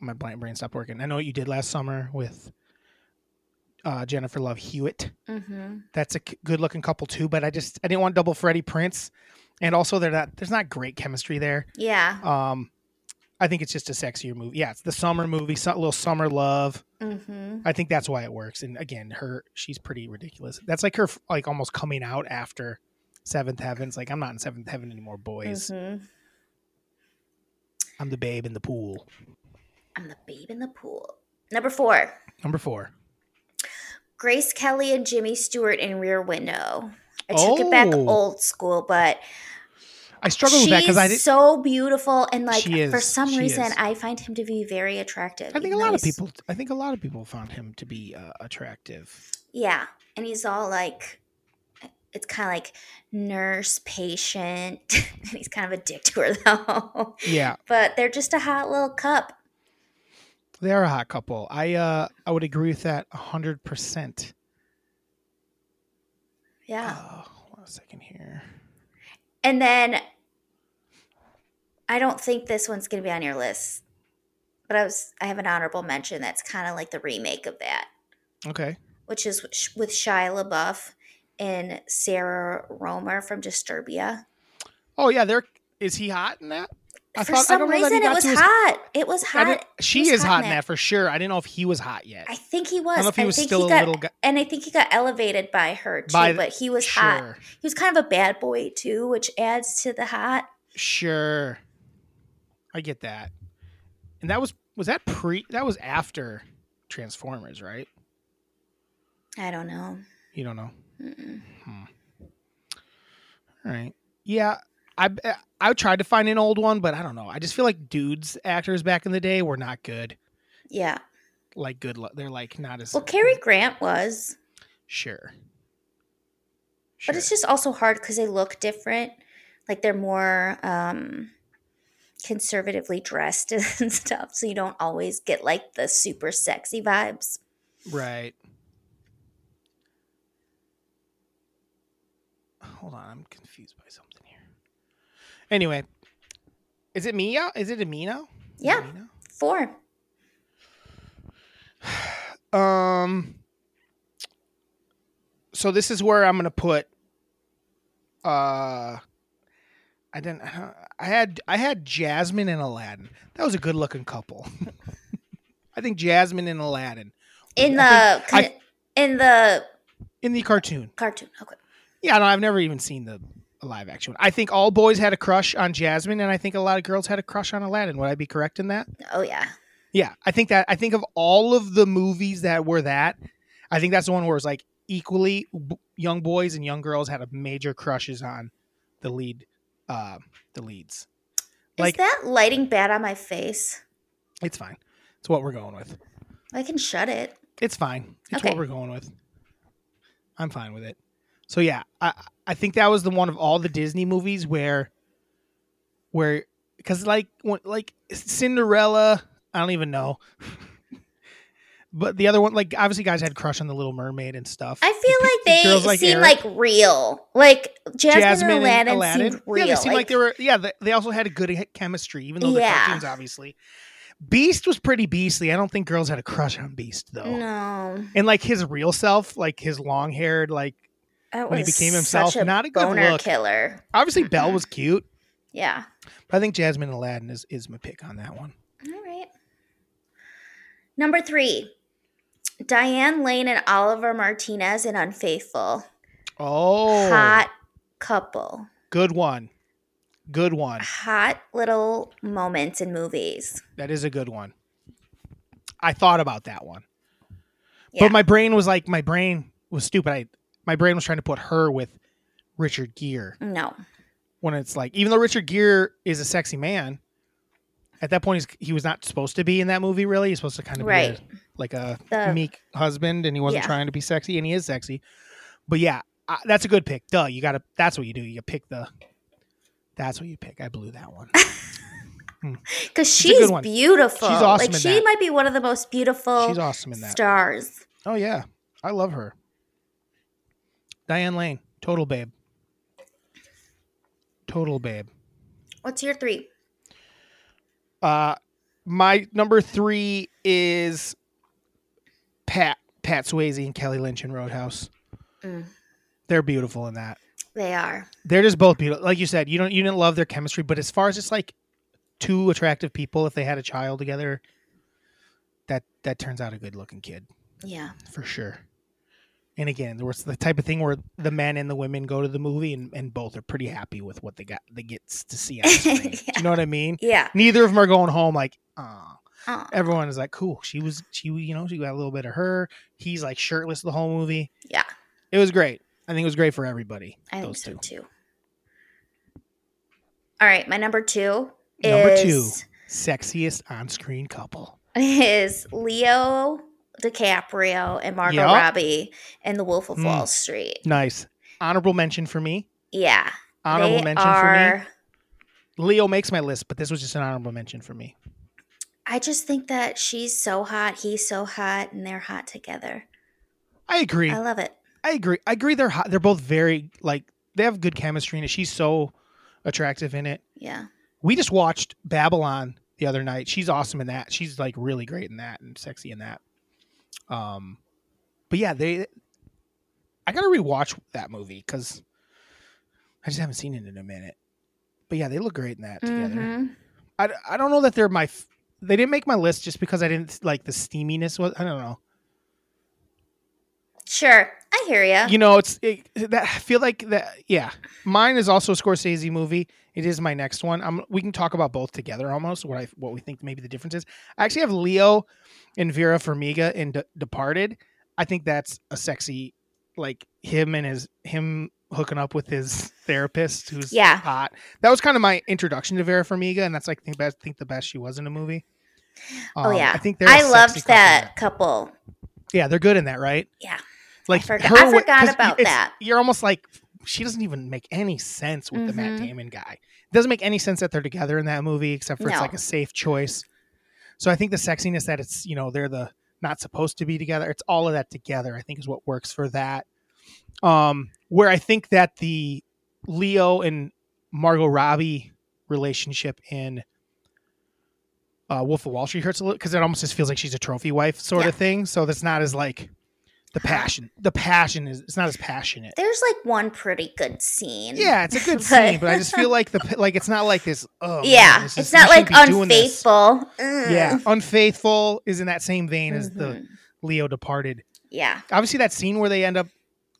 Speaker 2: my blank brain stopped working. I know what you did last summer with uh Jennifer Love Hewitt.
Speaker 3: hmm
Speaker 2: That's a good looking couple too, but I just I didn't want double Freddie Prince. And also they're not there's not great chemistry there.
Speaker 3: Yeah.
Speaker 2: Um, I think it's just a sexier movie. Yeah, it's the summer movie, so- little summer love.
Speaker 3: hmm
Speaker 2: I think that's why it works. And again, her she's pretty ridiculous. That's like her like almost coming out after Seventh Heaven's. Like I'm not in Seventh Heaven anymore, boys.
Speaker 3: hmm Mm-hmm.
Speaker 2: I'm the babe in the pool.
Speaker 3: I'm the babe in the pool. Number four,
Speaker 2: Number four.
Speaker 3: Grace Kelly and Jimmy Stewart in Rear Window. I took it back
Speaker 2: Oh.
Speaker 3: old school, but
Speaker 2: I struggled with that because I
Speaker 3: she's
Speaker 2: didn't.
Speaker 3: so beautiful, and like
Speaker 2: She is,
Speaker 3: for some
Speaker 2: she
Speaker 3: reason,
Speaker 2: is.
Speaker 3: I find him to be very attractive.
Speaker 2: I think a
Speaker 3: even
Speaker 2: lot
Speaker 3: though
Speaker 2: of
Speaker 3: he's-
Speaker 2: people. I think a lot of people found him to be uh, attractive.
Speaker 3: Yeah. And he's all like, it's kind of like nurse, patient. and he's kind of a dick to her, though.
Speaker 2: Yeah,
Speaker 3: but they're just a hot little cup.
Speaker 2: they are a hot couple. I uh I would agree with that hundred percent.
Speaker 3: Yeah.
Speaker 2: Oh, one second here.
Speaker 3: And then I don't think this one's going to be on your list, but I was, I have an honorable mention that's kind of like the remake of that,
Speaker 2: Okay.
Speaker 3: which is sh- with Shia LaBeouf and Sarah Romer from Disturbia.
Speaker 2: Oh yeah, they're. Is he hot in that? I
Speaker 3: for
Speaker 2: thought- I
Speaker 3: some
Speaker 2: don't know that he
Speaker 3: reason it
Speaker 2: got
Speaker 3: was
Speaker 2: to his-
Speaker 3: hot. It was
Speaker 2: I
Speaker 3: hot.
Speaker 2: didn't- she
Speaker 3: was
Speaker 2: is
Speaker 3: hot
Speaker 2: hot
Speaker 3: in
Speaker 2: in
Speaker 3: that.
Speaker 2: that for sure. I didn't know if he was hot yet.
Speaker 3: I think he was.
Speaker 2: I don't know if he was
Speaker 3: think
Speaker 2: still a
Speaker 3: got,
Speaker 2: little guy.
Speaker 3: and I think he got elevated by her too.
Speaker 2: By the-
Speaker 3: but he was
Speaker 2: sure,
Speaker 3: hot. He was kind of a bad boy too, which adds to the hot.
Speaker 2: sure. I get that. And that was was that pre? That was after Transformers, right?
Speaker 3: I don't know.
Speaker 2: You don't know.
Speaker 3: Mm-mm.
Speaker 2: All right. Yeah, I I tried to find an old one, but I don't know. I just feel like dudes actors back in the day were not good.
Speaker 3: Yeah.
Speaker 2: Like good, lu- they're like not as
Speaker 3: Well, Cary Grant was,
Speaker 2: Sure.
Speaker 3: but it's just also hard because they look different. Like they're more um, conservatively dressed and stuff, so you don't always get like the super sexy vibes.
Speaker 2: just right. Hold on, I'm confused by something here. Anyway, is it me now? Is it a me now? Is it
Speaker 3: Yeah.
Speaker 2: me now?
Speaker 3: Four.
Speaker 2: Um. So this is where I'm gonna put. Uh, I didn't. I had I had Jasmine and Aladdin. That was a good looking couple. I think Jasmine and Aladdin
Speaker 3: in
Speaker 2: I
Speaker 3: the
Speaker 2: think- I-
Speaker 3: con- in the
Speaker 2: in the cartoon.
Speaker 3: cartoon. Okay.
Speaker 2: Yeah, no, I've never even seen the live action. one. I think all boys had a crush on Jasmine, and I think a lot of girls had a crush on Aladdin. Would I be correct in that?
Speaker 3: Oh yeah.
Speaker 2: Yeah, I think that I think of all of the movies that were that, I think that's the one where it's like equally b- young boys and young girls had a major crushes on the lead, uh, the leads. Like
Speaker 3: Is that lighting bad on my face?
Speaker 2: it's fine. It's what we're going with.
Speaker 3: I can shut it.
Speaker 2: It's fine. It's what
Speaker 3: Okay.
Speaker 2: we're going with. I'm fine with it. So yeah, I I think that was the one of all the Disney movies where where because like when, like Cinderella, I don't even know. but the other one, like obviously, guys had crush on the Little Mermaid and stuff.
Speaker 3: I
Speaker 2: The
Speaker 3: feel like
Speaker 2: girls
Speaker 3: they seem
Speaker 2: Eric,
Speaker 3: like real. Like Jasmine, and Aladdin, seemed
Speaker 2: yeah,
Speaker 3: real.
Speaker 2: they seemed like, they were. Yeah, they, they also had a good chemistry, even though the
Speaker 3: Yeah.
Speaker 2: cartoons obviously. Beast was pretty beastly. I don't think girls had a crush on Beast though
Speaker 3: No,
Speaker 2: and like his real self, like his long haired, like
Speaker 3: that
Speaker 2: When he
Speaker 3: was
Speaker 2: became himself,
Speaker 3: such a
Speaker 2: not a good
Speaker 3: boner
Speaker 2: look.
Speaker 3: killer.
Speaker 2: obviously Belle was cute,
Speaker 3: Yeah.
Speaker 2: but I think Jasmine Aladdin is is my pick on that one.
Speaker 3: All right. Number three, Diane Lane and Oliver Martinez in Unfaithful.
Speaker 2: Oh,
Speaker 3: Hot couple.
Speaker 2: good one, good one.
Speaker 3: Hot little moments in movies.
Speaker 2: That is a good one. I thought about that one,
Speaker 3: Yeah.
Speaker 2: but my brain was like my brain was stupid. I my brain was trying to put her with Richard Gere
Speaker 3: No.
Speaker 2: when it's like even though Richard Gere is a sexy man. At that point, he's, he was not supposed to be in that movie. Really, he's supposed to kind of
Speaker 3: Right.
Speaker 2: be a, like a
Speaker 3: The
Speaker 2: meek husband and he wasn't
Speaker 3: Oh. yeah.
Speaker 2: trying to be sexy and he is sexy but yeah I, that's a good pick duh you gotta that's what you do you pick the that's what you pick i blew that one
Speaker 3: because
Speaker 2: a good
Speaker 3: she's
Speaker 2: one.
Speaker 3: beautiful.
Speaker 2: She's awesome
Speaker 3: like
Speaker 2: in
Speaker 3: she
Speaker 2: that.
Speaker 3: might be one of the most beautiful
Speaker 2: she's awesome in that
Speaker 3: stars.
Speaker 2: oh yeah i love her diane lane total babe total babe
Speaker 3: What's your three?
Speaker 2: uh my number three is pat pat swayze and kelly lynch in roadhouse
Speaker 3: Mm,
Speaker 2: they're beautiful in that
Speaker 3: they are.
Speaker 2: They're just both beautiful. Like you said, you don't you didn't love their chemistry, but as far as it's like two attractive people, if they had a child together, that that turns out a good looking kid
Speaker 3: Yeah.
Speaker 2: for sure. And again, there was the type of thing where the men and the women go to the movie and, and both are pretty happy with what they got they gets to see on screen. Do
Speaker 3: Yeah.
Speaker 2: You know what I mean?
Speaker 3: Yeah. Uh,
Speaker 2: Neither of them are going home like, ah
Speaker 3: Aw.
Speaker 2: everyone is like, cool. She was, she, you know, she got a little bit of her. He's like shirtless the whole movie.
Speaker 3: Yeah.
Speaker 2: It was great. I think it was great for everybody.
Speaker 3: I think
Speaker 2: those
Speaker 3: so
Speaker 2: two.
Speaker 3: too. All right, my number two
Speaker 2: Number
Speaker 3: is
Speaker 2: two. Sexiest on screen couple.
Speaker 3: is Leo DiCaprio and Margot
Speaker 2: Yup.
Speaker 3: Robbie in The Wolf of
Speaker 2: Mm.
Speaker 3: Wall Street.
Speaker 2: Nice. Honorable mention for me.
Speaker 3: Yeah,
Speaker 2: Honorable
Speaker 3: they
Speaker 2: mention for
Speaker 3: are-
Speaker 2: me. Leo makes my list, but this was just an honorable mention for me.
Speaker 3: I just think that she's so hot, he's so hot, and they're hot together.
Speaker 2: I agree.
Speaker 3: I
Speaker 2: I,
Speaker 3: love it.
Speaker 2: agree. I agree. They're hot. They're both very like they have good chemistry in it. She's so attractive in it.
Speaker 3: Yeah,
Speaker 2: We just watched Babylon the other night. She's awesome in that. She's like really great in that and sexy in that. Um, but yeah, they. I gotta rewatch that movie because I just haven't seen it in a minute. But yeah, they look great in that together.
Speaker 3: Mhm.
Speaker 2: I, I don't know that they're my. f- They didn't make my list just because I didn't like the steaminess. Was I don't know.
Speaker 3: Sure, I hear ya.
Speaker 2: You know, it's it, that I feel like that. Yeah, mine is also a Scorsese movie. It is my next one. i we can talk about both together almost. What I what we think maybe the difference is. I actually have Leo and Vera Farmiga in De- Departed. I think that's a sexy, like him and his him hooking up with his therapist who's
Speaker 3: Yeah.
Speaker 2: hot. That was kind of my introduction to Vera Farmiga, and that's like the best think the best she was in a movie.
Speaker 3: oh
Speaker 2: Um,
Speaker 3: yeah,
Speaker 2: I think they're a
Speaker 3: I
Speaker 2: sexy
Speaker 3: loved
Speaker 2: couple.
Speaker 3: that couple.
Speaker 2: Yeah, they're good in that, right?
Speaker 3: Yeah.
Speaker 2: Like
Speaker 3: forgot-
Speaker 2: her
Speaker 3: I
Speaker 2: wi-
Speaker 3: forgot
Speaker 2: 'cause you-
Speaker 3: about
Speaker 2: it's-
Speaker 3: that.
Speaker 2: You're almost like she doesn't even make any sense with the Matt
Speaker 3: Mhm.
Speaker 2: Damon guy. It doesn't make any sense that they're together in that movie, except for it's
Speaker 3: No.
Speaker 2: like a safe choice. So I think the sexiness that it's you know they're the not supposed to be together. It's all of that together. I think is what works for that. Um, where I think that the Leo and Margot Robbie relationship in uh, Wolf of Wall Street hurts a little because it almost just feels like she's a trophy wife sort
Speaker 3: Yeah. Uh-huh.
Speaker 2: of thing. So that's not as like the passion. The passion is it's not as passionate.
Speaker 3: There's like one pretty good scene.
Speaker 2: Yeah, it's a good
Speaker 3: But-
Speaker 2: scene, but I just feel like the like it's not like this. Oh, man,
Speaker 3: yeah,
Speaker 2: this is-
Speaker 3: it's
Speaker 2: we
Speaker 3: not like
Speaker 2: shouldn't be doing this."
Speaker 3: unfaithful.
Speaker 2: Yeah,
Speaker 3: Mm.
Speaker 2: unfaithful is in that same vein as the
Speaker 3: Mhm.
Speaker 2: Leo Departed.
Speaker 3: yeah,
Speaker 2: Obviously, that scene where they end up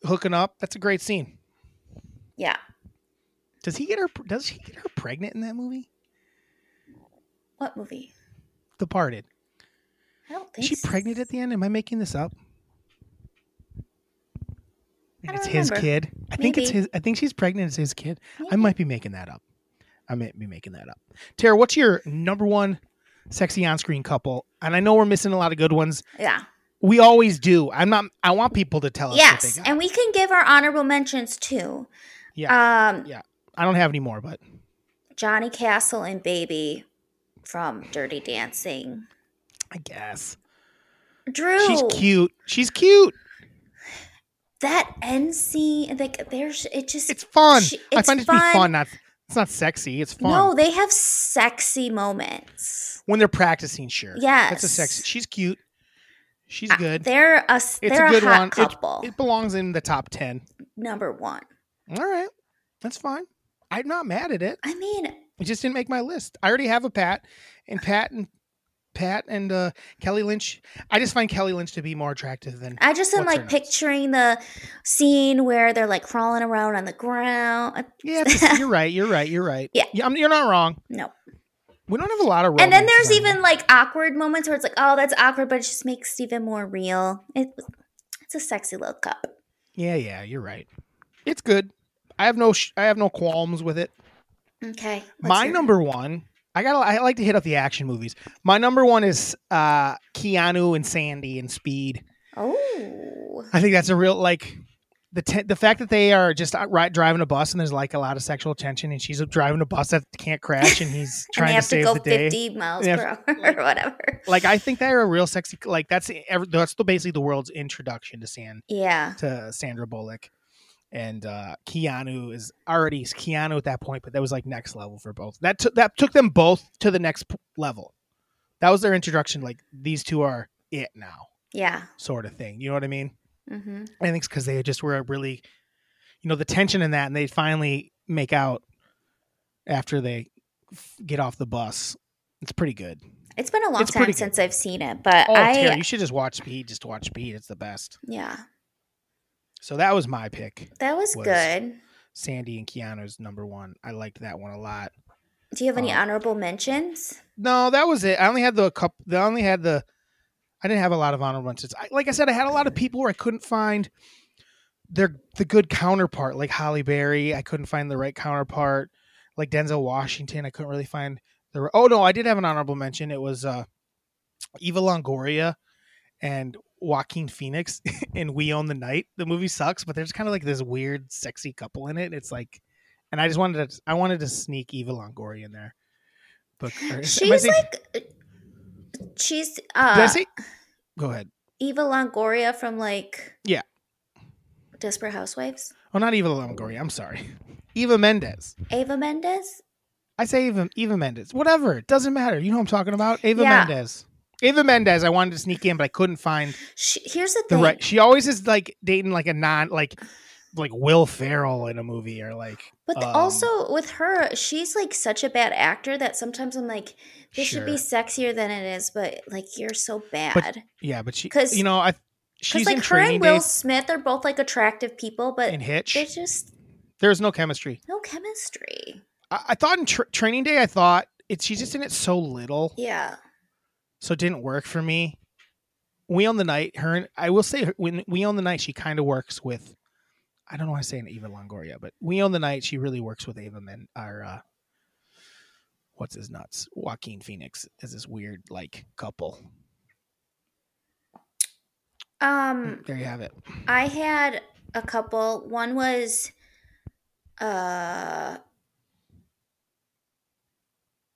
Speaker 2: hooking up. That's a great scene.
Speaker 3: yeah.
Speaker 2: Does he get her? Does he get her pregnant in that movie?
Speaker 3: What movie?
Speaker 2: Departed.
Speaker 3: I don't
Speaker 2: Is
Speaker 3: think
Speaker 2: she
Speaker 3: so.
Speaker 2: pregnant at the end? Am I making this up?
Speaker 3: I
Speaker 2: And it's
Speaker 3: don't
Speaker 2: his
Speaker 3: remember.
Speaker 2: kid. I think it's
Speaker 3: Maybe.
Speaker 2: his. I think she's pregnant. It's his kid. I
Speaker 3: Maybe.
Speaker 2: might be making that up. I might be making that up. Tara, what's your number one sexy on-screen couple? And I know we're missing a lot of good ones.
Speaker 3: Yeah.
Speaker 2: We always do. I'm not. I want people to tell us. what they
Speaker 3: Yes,
Speaker 2: got.
Speaker 3: and we can give our honorable mentions too.
Speaker 2: yeah.
Speaker 3: Um,
Speaker 2: Yeah. I don't have any more, but
Speaker 3: Johnny Castle and Baby from Dirty Dancing.
Speaker 2: I guess
Speaker 3: Drew,
Speaker 2: she's cute. She's cute.
Speaker 3: that end scene, like there's, it just
Speaker 2: It's fun.
Speaker 3: She-
Speaker 2: I
Speaker 3: it's
Speaker 2: find it to
Speaker 3: fun.
Speaker 2: be fun. Not. It's not sexy. It's fun.
Speaker 3: no, they have sexy moments.
Speaker 2: when they're practicing, sure. That's a
Speaker 3: Yes.
Speaker 2: sexy. She's cute. She's
Speaker 3: Uh,
Speaker 2: good.
Speaker 3: They're a s-
Speaker 2: It's
Speaker 3: they're
Speaker 2: a
Speaker 3: a,
Speaker 2: good
Speaker 3: hot
Speaker 2: one. It-
Speaker 3: couple.
Speaker 2: It belongs in the top ten.
Speaker 3: number one.
Speaker 2: All right, that's fine. I'm not mad at it.
Speaker 3: I mean,
Speaker 2: It just didn't make my list. I already have a Pat, and Pat and Pat and uh, Kelly Lynch. I just find Kelly Lynch to be more attractive than.
Speaker 3: I just am
Speaker 2: What's her
Speaker 3: like
Speaker 2: name?
Speaker 3: picturing the scene where they're like crawling around on the ground. Uh,
Speaker 2: Yeah, it's just- you're right. You're right. You're right.
Speaker 3: Yeah.
Speaker 2: I'm, you're not wrong.
Speaker 3: No,
Speaker 2: We don't have a lot of.
Speaker 3: and then
Speaker 2: romances
Speaker 3: there's
Speaker 2: on here.
Speaker 3: even like awkward moments where it's like, oh, that's awkward, but it just makes it even more real. It, it's a sexy little cup.
Speaker 2: Yeah, yeah. You're right. It's good. I have no. Sh- I have no qualms with it.
Speaker 3: Okay, what's
Speaker 2: My
Speaker 3: your-
Speaker 2: number one, I got. to I like to hit up the action movies. My number one is uh Keanu and Sandy and Speed.
Speaker 3: Oh,
Speaker 2: I think that's a real like the te- the fact that they are just out right driving a bus and there's like a lot of sexual tension and she's driving a bus that can't crash and he's
Speaker 3: and
Speaker 2: trying
Speaker 3: they have
Speaker 2: to
Speaker 3: to
Speaker 2: save
Speaker 3: go
Speaker 2: the day.
Speaker 3: 50 miles
Speaker 2: They
Speaker 3: per
Speaker 2: have-
Speaker 3: hour or whatever.
Speaker 2: Like I think they're a real sexy. Like that's ever, that's the, basically the world's introduction to San
Speaker 3: Yeah,
Speaker 2: to Sandra Bullock. And uh, Keanu is already Keanu at that point, but that was like next level for both. That took that took them both to the next p- level. That was their introduction. Like these two are it now,
Speaker 3: yeah.
Speaker 2: sort of thing. You know what I mean?
Speaker 3: Mm-hmm.
Speaker 2: I think it's because they just were really, you know, the tension in that, and they finally make out after they f- get off the bus. It's pretty good.
Speaker 3: It's been a long
Speaker 2: It's
Speaker 3: time
Speaker 2: pretty good.
Speaker 3: since I've seen it, but
Speaker 2: Oh,
Speaker 3: I
Speaker 2: Tara, you should just watch Speed. Just watch Speed. It's the best.
Speaker 3: yeah,
Speaker 2: So that was my pick.
Speaker 3: that was,
Speaker 2: Was-
Speaker 3: good.
Speaker 2: Sandy and Keanu's number one. I liked that one a lot.
Speaker 3: Do you have any
Speaker 2: um,
Speaker 3: honorable mentions?
Speaker 2: No, that was it. I only had the cup. I only had the. I didn't have a lot of honorable mentions. I, like I said, I had a lot of people where I couldn't find their the good counterpart, like Holly Berry. I couldn't find the right counterpart, like Denzel Washington. I couldn't really find the. Oh no, I did have an honorable mention. It was uh, Eva Longoria and Joaquin Phoenix in We Own the Night. The movie sucks, but there's kind of like this weird, sexy couple in it. It's like, and I just wanted to, I wanted to sneak Eva Longoria in there. But or is- am I
Speaker 3: She's
Speaker 2: saying-
Speaker 3: like, uh, she's
Speaker 2: did I
Speaker 3: uh,
Speaker 2: say? Go ahead.
Speaker 3: Eva Longoria from like
Speaker 2: Yeah.
Speaker 3: Desperate Housewives.
Speaker 2: Oh, not Eva Longoria. I'm sorry. Eva Mendes.
Speaker 3: Ava Mendes.
Speaker 2: I say Eva, Eva Mendes. Whatever. It doesn't matter. You know what I'm talking about? Ava
Speaker 3: Yeah.
Speaker 2: Mendes. Ava Mendes. I wanted to sneak in, but I couldn't find
Speaker 3: She, here's the
Speaker 2: the
Speaker 3: thing.
Speaker 2: right. She always is like dating like a non like like Will Ferrell in a movie or like
Speaker 3: But the-
Speaker 2: um,
Speaker 3: also with her, she's like such a bad actor that sometimes I'm like, this should be
Speaker 2: Sure.
Speaker 3: sexier than it is, but like you're so bad.
Speaker 2: yeah, but she
Speaker 3: 'Cause-
Speaker 2: you know I
Speaker 3: Because
Speaker 2: she's
Speaker 3: like
Speaker 2: in
Speaker 3: her and
Speaker 2: Training
Speaker 3: Will
Speaker 2: Day
Speaker 3: Smith are both like attractive people, but
Speaker 2: and Hitch.
Speaker 3: there's just
Speaker 2: There's no chemistry.
Speaker 3: no chemistry.
Speaker 2: I, I thought in tra- Training Day I thought it she's just in it so little.
Speaker 3: Yeah.
Speaker 2: so it didn't work for me. We on the night, her and I will say her- when we on the night, she kind of works with. I don't know why I say an Eva Longoria, but we on the night, she really works with Ava Men. Our uh, what's his nuts? Joaquin Phoenix is this weird like couple.
Speaker 3: Um
Speaker 2: There you have it.
Speaker 3: I had a couple. One was uh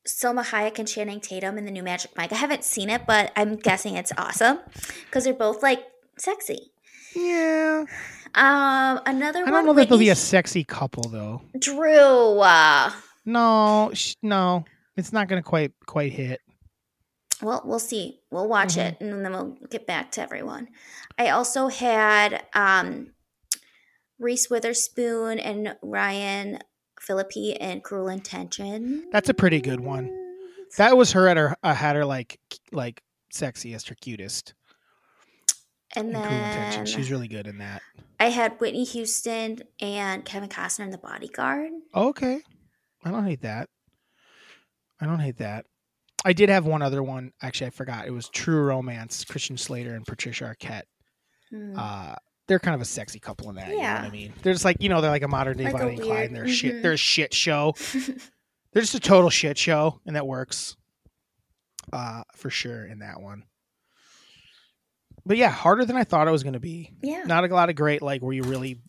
Speaker 3: Selma Hayek and Channing Tatum in the new Magic Mike. I haven't seen it, but I'm guessing it's awesome because they're both like sexy.
Speaker 2: Yeah,
Speaker 3: Um, another
Speaker 2: I
Speaker 3: one.
Speaker 2: don't know that they'll be
Speaker 3: Whitney
Speaker 2: a sexy couple though.
Speaker 3: Drew. Uh,
Speaker 2: No, sh- no, it's not gonna quite quite hit.
Speaker 3: well, we'll see. We'll watch
Speaker 2: Mhm.
Speaker 3: it, and then we'll get back to everyone. I also had um, Reese Witherspoon and Ryan Philippi in Cruel Intention.
Speaker 2: That's a pretty good one. That was her at her. I had her like like sexiest or cutest.
Speaker 3: And
Speaker 2: in Cruel Intention.
Speaker 3: then
Speaker 2: She's really good in that.
Speaker 3: I had Whitney Houston and Kevin Costner in The Bodyguard.
Speaker 2: Oh, Okay. I don't hate that. I don't hate that. I did have one other one. Actually, I forgot. It was True Romance, Christian Slater and Patricia Arquette.
Speaker 3: Hmm.
Speaker 2: Uh, they're kind of a sexy couple in that. You know what
Speaker 3: Yeah.
Speaker 2: I mean? They're just like, you know, they're like a modern day
Speaker 3: Like a
Speaker 2: Bonnie and Clyde. And they're a
Speaker 3: weird-
Speaker 2: shit.
Speaker 3: mhm.
Speaker 2: They're a shit show. They're just a total shit show. And that works uh, for sure in that one. But yeah, harder than I thought it was going to be.
Speaker 3: yeah.
Speaker 2: Not a lot of great, like, where you really,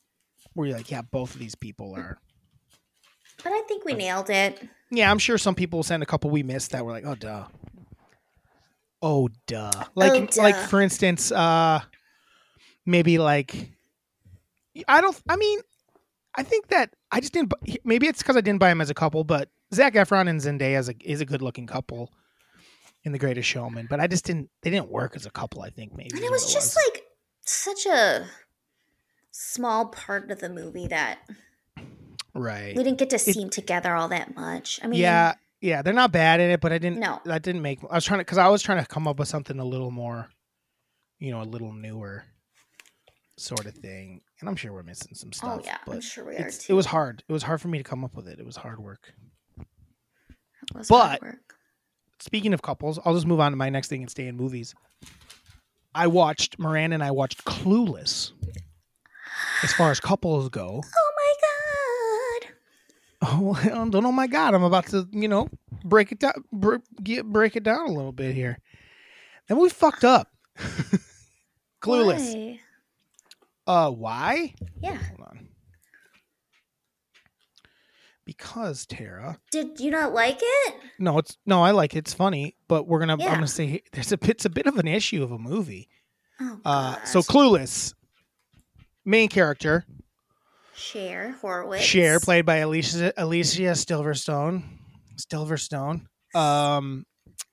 Speaker 2: where you're like, yeah, both of these
Speaker 3: Mm.
Speaker 2: people are
Speaker 3: But I think we nailed it.
Speaker 2: Yeah, I'm sure some people will send a couple we missed that were like, oh duh. Oh duh. Like
Speaker 3: Oh, duh.
Speaker 2: like for instance, uh maybe like I don't I mean, I think that I just didn't bu- maybe it's cuz I didn't buy him as a couple, but Zach Efron and Zendaya is a is a good-looking couple in The Greatest Showman, but I just didn't they didn't work as a couple, I think maybe.
Speaker 3: And
Speaker 2: is what
Speaker 3: it was just like such a small part of the movie that
Speaker 2: right.
Speaker 3: we didn't get to see 'em together all that much. I mean,
Speaker 2: yeah, yeah, they're not bad in it, but I didn't
Speaker 3: No.
Speaker 2: that didn't make I was trying to cuz I was trying to come up with something a little more you know, a little newer sort of thing. And I'm sure we're missing some stuff,
Speaker 3: Oh yeah,
Speaker 2: but
Speaker 3: I'm sure we are
Speaker 2: it's-
Speaker 3: too.
Speaker 2: it was hard. It was hard for me to come up with it. It was hard work.
Speaker 3: It was hard
Speaker 2: but-
Speaker 3: work.
Speaker 2: Speaking of couples, I'll just move on to my next thing and stay in movies. I watched Miranda and I watched Clueless. As far as couples go,
Speaker 3: oh my god,
Speaker 2: oh, I don't know. My God, I'm about to, you know, break it down, br- get break it down a little bit here. Then we fucked up. Clueless.
Speaker 3: Why?
Speaker 2: Uh, why?
Speaker 3: Yeah.
Speaker 2: Hold on. Because Tara,
Speaker 3: Did you not like it?
Speaker 2: no, it's no, I like it. it's funny, but we're gonna
Speaker 3: Yeah.
Speaker 2: I'm gonna say there's a bit, it's a bit of an issue of a movie.
Speaker 3: Oh,
Speaker 2: Uh, so
Speaker 3: gosh.
Speaker 2: Clueless, main character
Speaker 3: Cher Horowitz.
Speaker 2: Cher, played by Alicia Alicia Silverstone, Silverstone, um,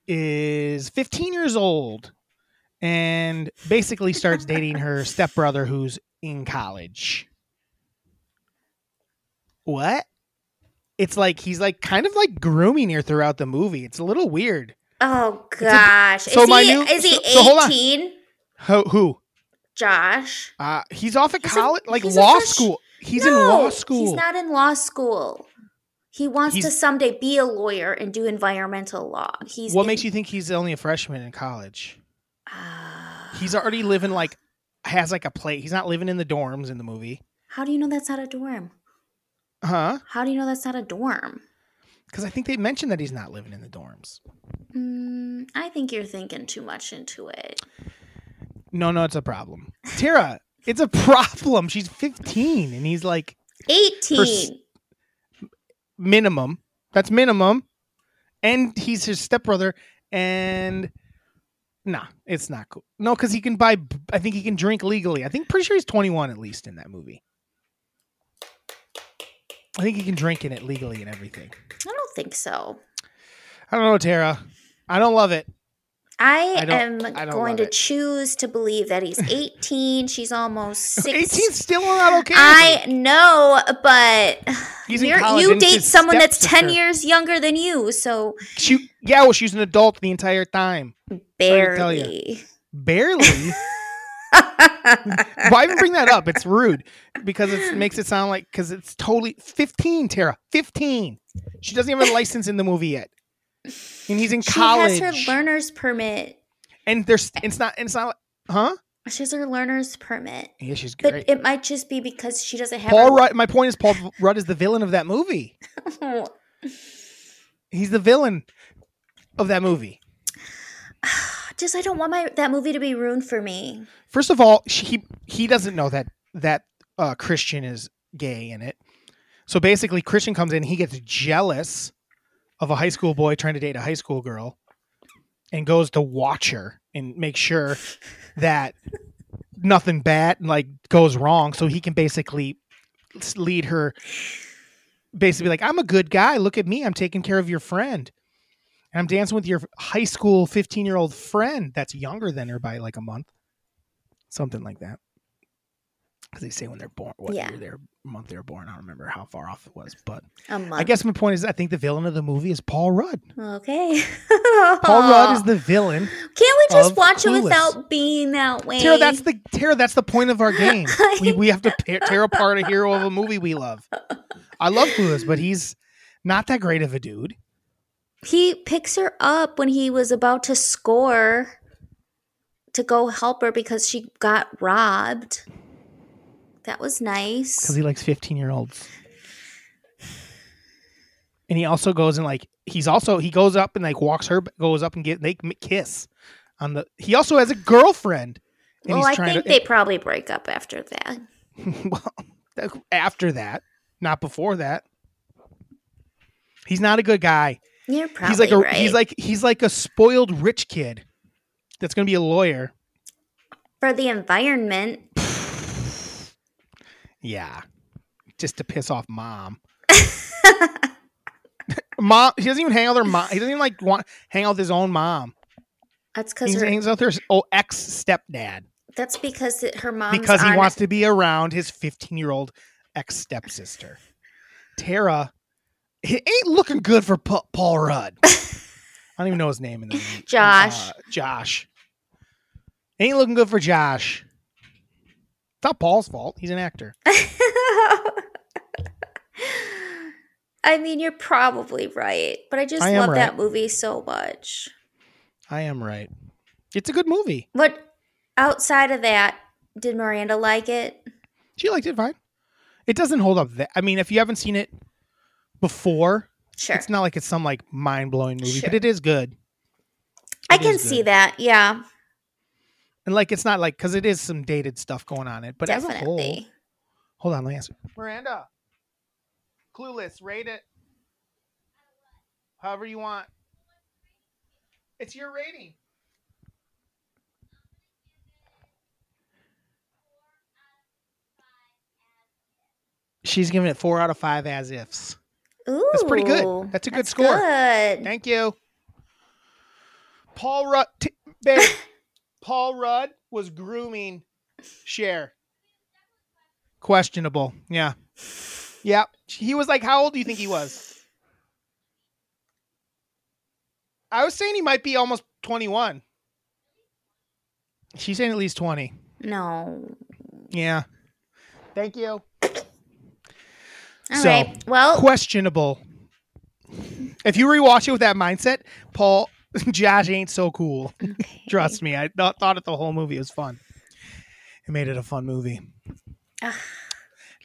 Speaker 2: is 15 years old, and basically starts dating her stepbrother who's in college. What? It's like he's like kind of like grooming her throughout the movie. It's a little weird.
Speaker 3: Oh gosh,
Speaker 2: so
Speaker 3: is,
Speaker 2: my
Speaker 3: he,
Speaker 2: new-
Speaker 3: is he
Speaker 2: so- so hold on.
Speaker 3: 18?
Speaker 2: Who? who?
Speaker 3: Josh,
Speaker 2: Uh, he's off at
Speaker 3: He's a-
Speaker 2: college, like
Speaker 3: he's a
Speaker 2: law
Speaker 3: fresh-
Speaker 2: school. He's in
Speaker 3: No,
Speaker 2: law school.
Speaker 3: He's not in law school. He wants to
Speaker 2: He's-
Speaker 3: someday be a lawyer and do environmental law. He's
Speaker 2: what
Speaker 3: in-
Speaker 2: makes you think he's only a freshman in college?
Speaker 3: Ah.
Speaker 2: He's already living like has like a plate. He's not living in the dorms in the movie,
Speaker 3: How do you know that's not a dorm?
Speaker 2: huh?
Speaker 3: How do you know that's not a dorm?
Speaker 2: Because I think they mentioned that he's not living in the dorms.
Speaker 3: Mm, I think you're thinking too much into it.
Speaker 2: No, no, it's a problem, Tara. It's a problem. She's 15, and he's like
Speaker 3: 18.
Speaker 2: minimum. That's minimum, and he's his stepbrother. And nah, it's not cool. No, because he can buy. I think he can drink legally. I think pretty sure he's 21 at least in that movie. I think he can drink in it legally and everything.
Speaker 3: I don't think so.
Speaker 2: I don't know, Tara. I don't love it.
Speaker 3: I,
Speaker 2: I
Speaker 3: am
Speaker 2: don't- I don't
Speaker 3: going
Speaker 2: love
Speaker 3: to
Speaker 2: it.
Speaker 3: choose to believe that he's 18. She's almost 16.
Speaker 2: 18's still not okay. with
Speaker 3: I know, but
Speaker 2: me. He's in
Speaker 3: you're,
Speaker 2: college
Speaker 3: you
Speaker 2: and it's
Speaker 3: date
Speaker 2: his
Speaker 3: someone that's 10
Speaker 2: stepsister.
Speaker 3: years younger than you, so
Speaker 2: She, yeah, well, she was an adult the entire time. Sorry to tell ya.
Speaker 3: barely.
Speaker 2: Barely. Why even bring that up? It's rude because it makes it sound like because it's totally 15, Tara. 15. She doesn't even have a license in the movie yet. And he's in
Speaker 3: she
Speaker 2: college.
Speaker 3: has her learner's permit.
Speaker 2: and there's it's not it's not huh?
Speaker 3: She has her learner's permit.
Speaker 2: Yeah, she's
Speaker 3: But
Speaker 2: great.
Speaker 3: it might just be because she doesn't have
Speaker 2: Paul
Speaker 3: her-
Speaker 2: Rudd my point is Paul Rudd is the villain of that movie. He's the villain of that movie.
Speaker 3: Just I don't want my that movie to be ruined for me.
Speaker 2: First of all, she, he he doesn't know that that uh, Christian is gay in it. So basically, Christian comes in, he gets jealous of a high school boy trying to date a high school girl, and goes to watch her and make sure that nothing bad like goes wrong, so he can basically s- lead her. Basically, like I'm a good guy. Look at me. I'm taking care of your friend. And I'm dancing with your high school 15 year old friend that's younger than her by like a month something like that. Because they say when they're born, what
Speaker 3: Yeah.
Speaker 2: year they're month they were born. I don't remember how far off it was, but
Speaker 3: A month.
Speaker 2: I guess my point is, I think the villain of the movie is Paul Rudd.
Speaker 3: Okay.
Speaker 2: Paul Rudd is the villain.
Speaker 3: Can't we just
Speaker 2: of
Speaker 3: watch
Speaker 2: Clueless.
Speaker 3: it without being that way?
Speaker 2: Tara, that's the Tara. That's the point of our game. We,
Speaker 3: I-
Speaker 2: we have to pair, tear apart a hero of a movie we love. I love Clueless, but he's not that great of a dude.
Speaker 3: he picks her up when he was about to score to go help her because she got robbed. That was
Speaker 2: because
Speaker 3: nice.
Speaker 2: he likes 15 year olds and he also goes and like he's also he goes up and like walks her goes up and get they m- kiss on the he also has a girlfriend and
Speaker 3: well, I
Speaker 2: he's trying
Speaker 3: think
Speaker 2: to
Speaker 3: they probably break up after that.
Speaker 2: well that- after that not before that he's not a good guy
Speaker 3: You're probably
Speaker 2: he's like a
Speaker 3: right.
Speaker 2: he's like he's like a spoiled rich kid that's gonna be a lawyer
Speaker 3: for the environment.
Speaker 2: Yeah. Just to piss off mom. mom he doesn't even hang out with her mom. He doesn't even like want hang out with his own mom.
Speaker 3: That's because
Speaker 2: He
Speaker 3: her.
Speaker 2: hangs out with her oh, ex stepdad.
Speaker 3: That's because it, her mom's
Speaker 2: Because he
Speaker 3: on-
Speaker 2: wants to be around his fifteen year old ex stepsister. Tara it ain't looking good for Pa- Paul Rudd. I don't even know his name in the movie.
Speaker 3: Josh.
Speaker 2: Uh, Josh. Ain't looking good for Josh. It's not Paul's fault. He's an actor.
Speaker 3: I mean, you're probably right, but I just
Speaker 2: I am
Speaker 3: love that
Speaker 2: right.
Speaker 3: movie so much.
Speaker 2: I am right. It's a good movie.
Speaker 3: What outside of that, did Miranda like it?
Speaker 2: She liked it fine. It doesn't hold up that. I mean, if you haven't seen it before,
Speaker 3: Sure.
Speaker 2: it's not like it's some like mind blowing movie, but
Speaker 3: Sure.
Speaker 2: it is good.
Speaker 3: I
Speaker 2: it
Speaker 3: can
Speaker 2: is
Speaker 3: see
Speaker 2: good.
Speaker 3: that. Yeah,
Speaker 2: And like, it's not like because it is some dated stuff going on in it, but as a whole,
Speaker 3: definitely.
Speaker 2: hold on, let me answer. Miranda, Clueless, rate it however you want. It's your rating. She's giving it four out of five as ifs.
Speaker 3: Ooh,
Speaker 2: That's pretty good. That's a good score.
Speaker 3: good.
Speaker 2: Thank you. Paul Rudd, t- babe, Paul Rudd was grooming Cher. Questionable. Yeah. Yeah. He was like, how old do you think he was? I was saying he might be almost 21. She's saying at least 20.
Speaker 3: No.
Speaker 2: Yeah. Thank you.
Speaker 3: all right.
Speaker 2: So,
Speaker 3: Well,
Speaker 2: Questionable. If you rewatch it with that mindset, Paul, Josh ain't so cool.
Speaker 3: okay.
Speaker 2: Trust me, I th- thought it the whole movie was fun. It made it a fun movie.
Speaker 3: Ugh.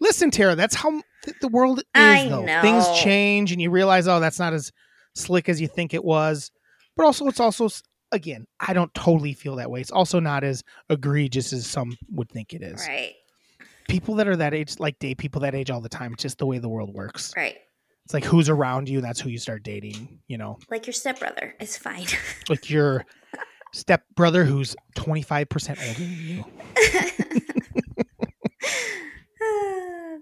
Speaker 2: Listen, Tara, that's how th- the world is.
Speaker 3: I
Speaker 2: though. Things
Speaker 3: know.
Speaker 2: change, and you realize, oh, that's not as slick as you think it was. But also, it's also s- again, I don't totally feel that way. It's also not as egregious as some would think it is.
Speaker 3: Right.
Speaker 2: People that are that age, like date people that age all the time. It's just the way the world works.
Speaker 3: Right.
Speaker 2: It's like who's around you, that's who you start dating. You know,
Speaker 3: Like your stepbrother. It's fine.
Speaker 2: like your stepbrother who's twenty five percent older than you.
Speaker 3: there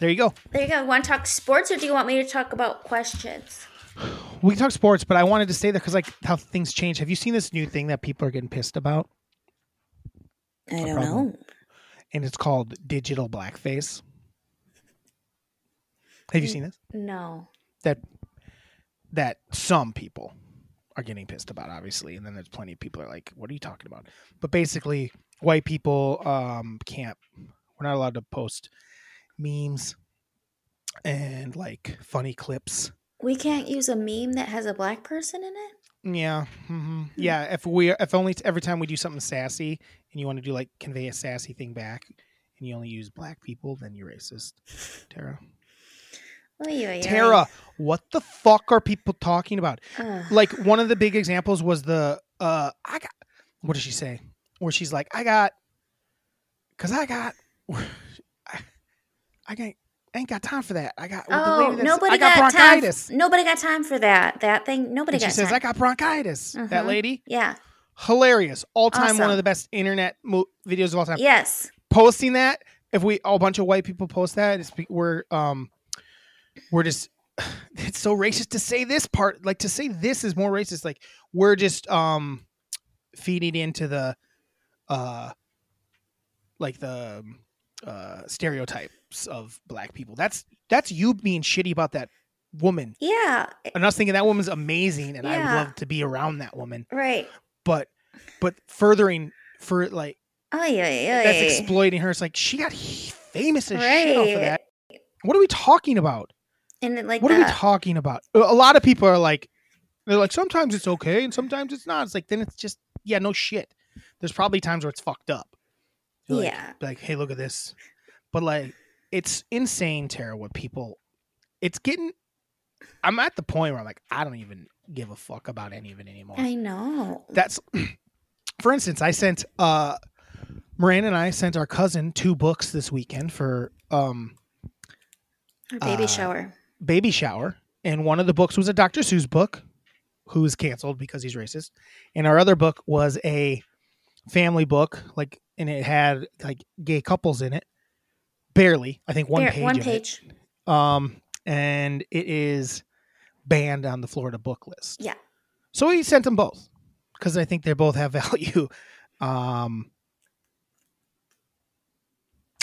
Speaker 2: There you go.
Speaker 3: you go. Want to talk sports, or do you want me to talk about questions?
Speaker 2: we can talk sports, but I wanted to say that because like how things change. Have you seen this new thing that people are getting pissed about?
Speaker 3: I
Speaker 2: No
Speaker 3: don't
Speaker 2: problem.
Speaker 3: know.
Speaker 2: And it's called digital blackface. Have you seen this?
Speaker 3: No.
Speaker 2: That that some people are getting pissed about, obviously, and then there's plenty of people that are like, "What are you talking about?" But basically, white people um, can't. We're not allowed to post memes and like funny clips
Speaker 3: We can't use a meme that has a black person in it?
Speaker 2: Yeah, hmm yeah. If we, if only t- every time we do something sassy, and you want to do like convey a sassy thing back, and you only use black people, then you're racist, Tara.
Speaker 3: Oy, oy, oy.
Speaker 2: Tara, what the fuck are people talking about?
Speaker 3: Ugh.
Speaker 2: Like one of the big examples was the uh, I got. What did she say? Where she's like, I got, cause I got, I, I got, I ain't got time for that. I got. with the lady
Speaker 3: Oh,
Speaker 2: that's-
Speaker 3: nobody
Speaker 2: I got,
Speaker 3: got, time.
Speaker 2: bronchitis.
Speaker 3: nobody got time for that. That thing. Nobody
Speaker 2: and
Speaker 3: got
Speaker 2: she says,
Speaker 3: time.
Speaker 2: I got bronchitis. That
Speaker 3: Mhm.
Speaker 2: lady.
Speaker 3: yeah.
Speaker 2: hilarious all time one
Speaker 3: Awesome.
Speaker 2: of the best internet mo- videos of all time
Speaker 3: Yes.
Speaker 2: posting that if we a bunch of white people post that it's be- we're um we're just it's so racist to say this part like to say this is more racist like we're just um feeding into the uh like the um, uh stereotypes of black people that's that's you being shitty about that woman
Speaker 3: Yeah.
Speaker 2: and us thinking that woman's amazing and i
Speaker 3: Yeah.
Speaker 2: would love to be around that woman
Speaker 3: Right.
Speaker 2: but but furthering for like
Speaker 3: Oh yeah.
Speaker 2: that's exploiting her. It's like she got he- famous as shit off of
Speaker 3: Right.
Speaker 2: that. What are we talking about?
Speaker 3: And then, like uh,
Speaker 2: what are we
Speaker 3: the,
Speaker 2: talking about? A a lot of people are like, they're like, sometimes it's okay and sometimes it's not. It's like then it's just yeah, no shit. There's probably times where it's fucked up. You're like-
Speaker 3: yeah.
Speaker 2: like, hey, look at this. But like, it's insane, Tara. What people, it's getting. I'm at the point where I'm like, I don't even give a fuck about any of it anymore
Speaker 3: I know.
Speaker 2: that's for instance i sent uh miranda and i sent our cousin two books this weekend for um
Speaker 3: Her baby
Speaker 2: uh,
Speaker 3: shower.
Speaker 2: baby shower and one of the books was a dr seuss book who was canceled because he's racist and our other book was a family book like and it had like gay couples in it barely i think one
Speaker 3: Here,
Speaker 2: page
Speaker 3: One
Speaker 2: of it.
Speaker 3: page.
Speaker 2: um and it is banned on the florida book list
Speaker 3: Yeah.
Speaker 2: so he sent them both because I think they both have value. Um,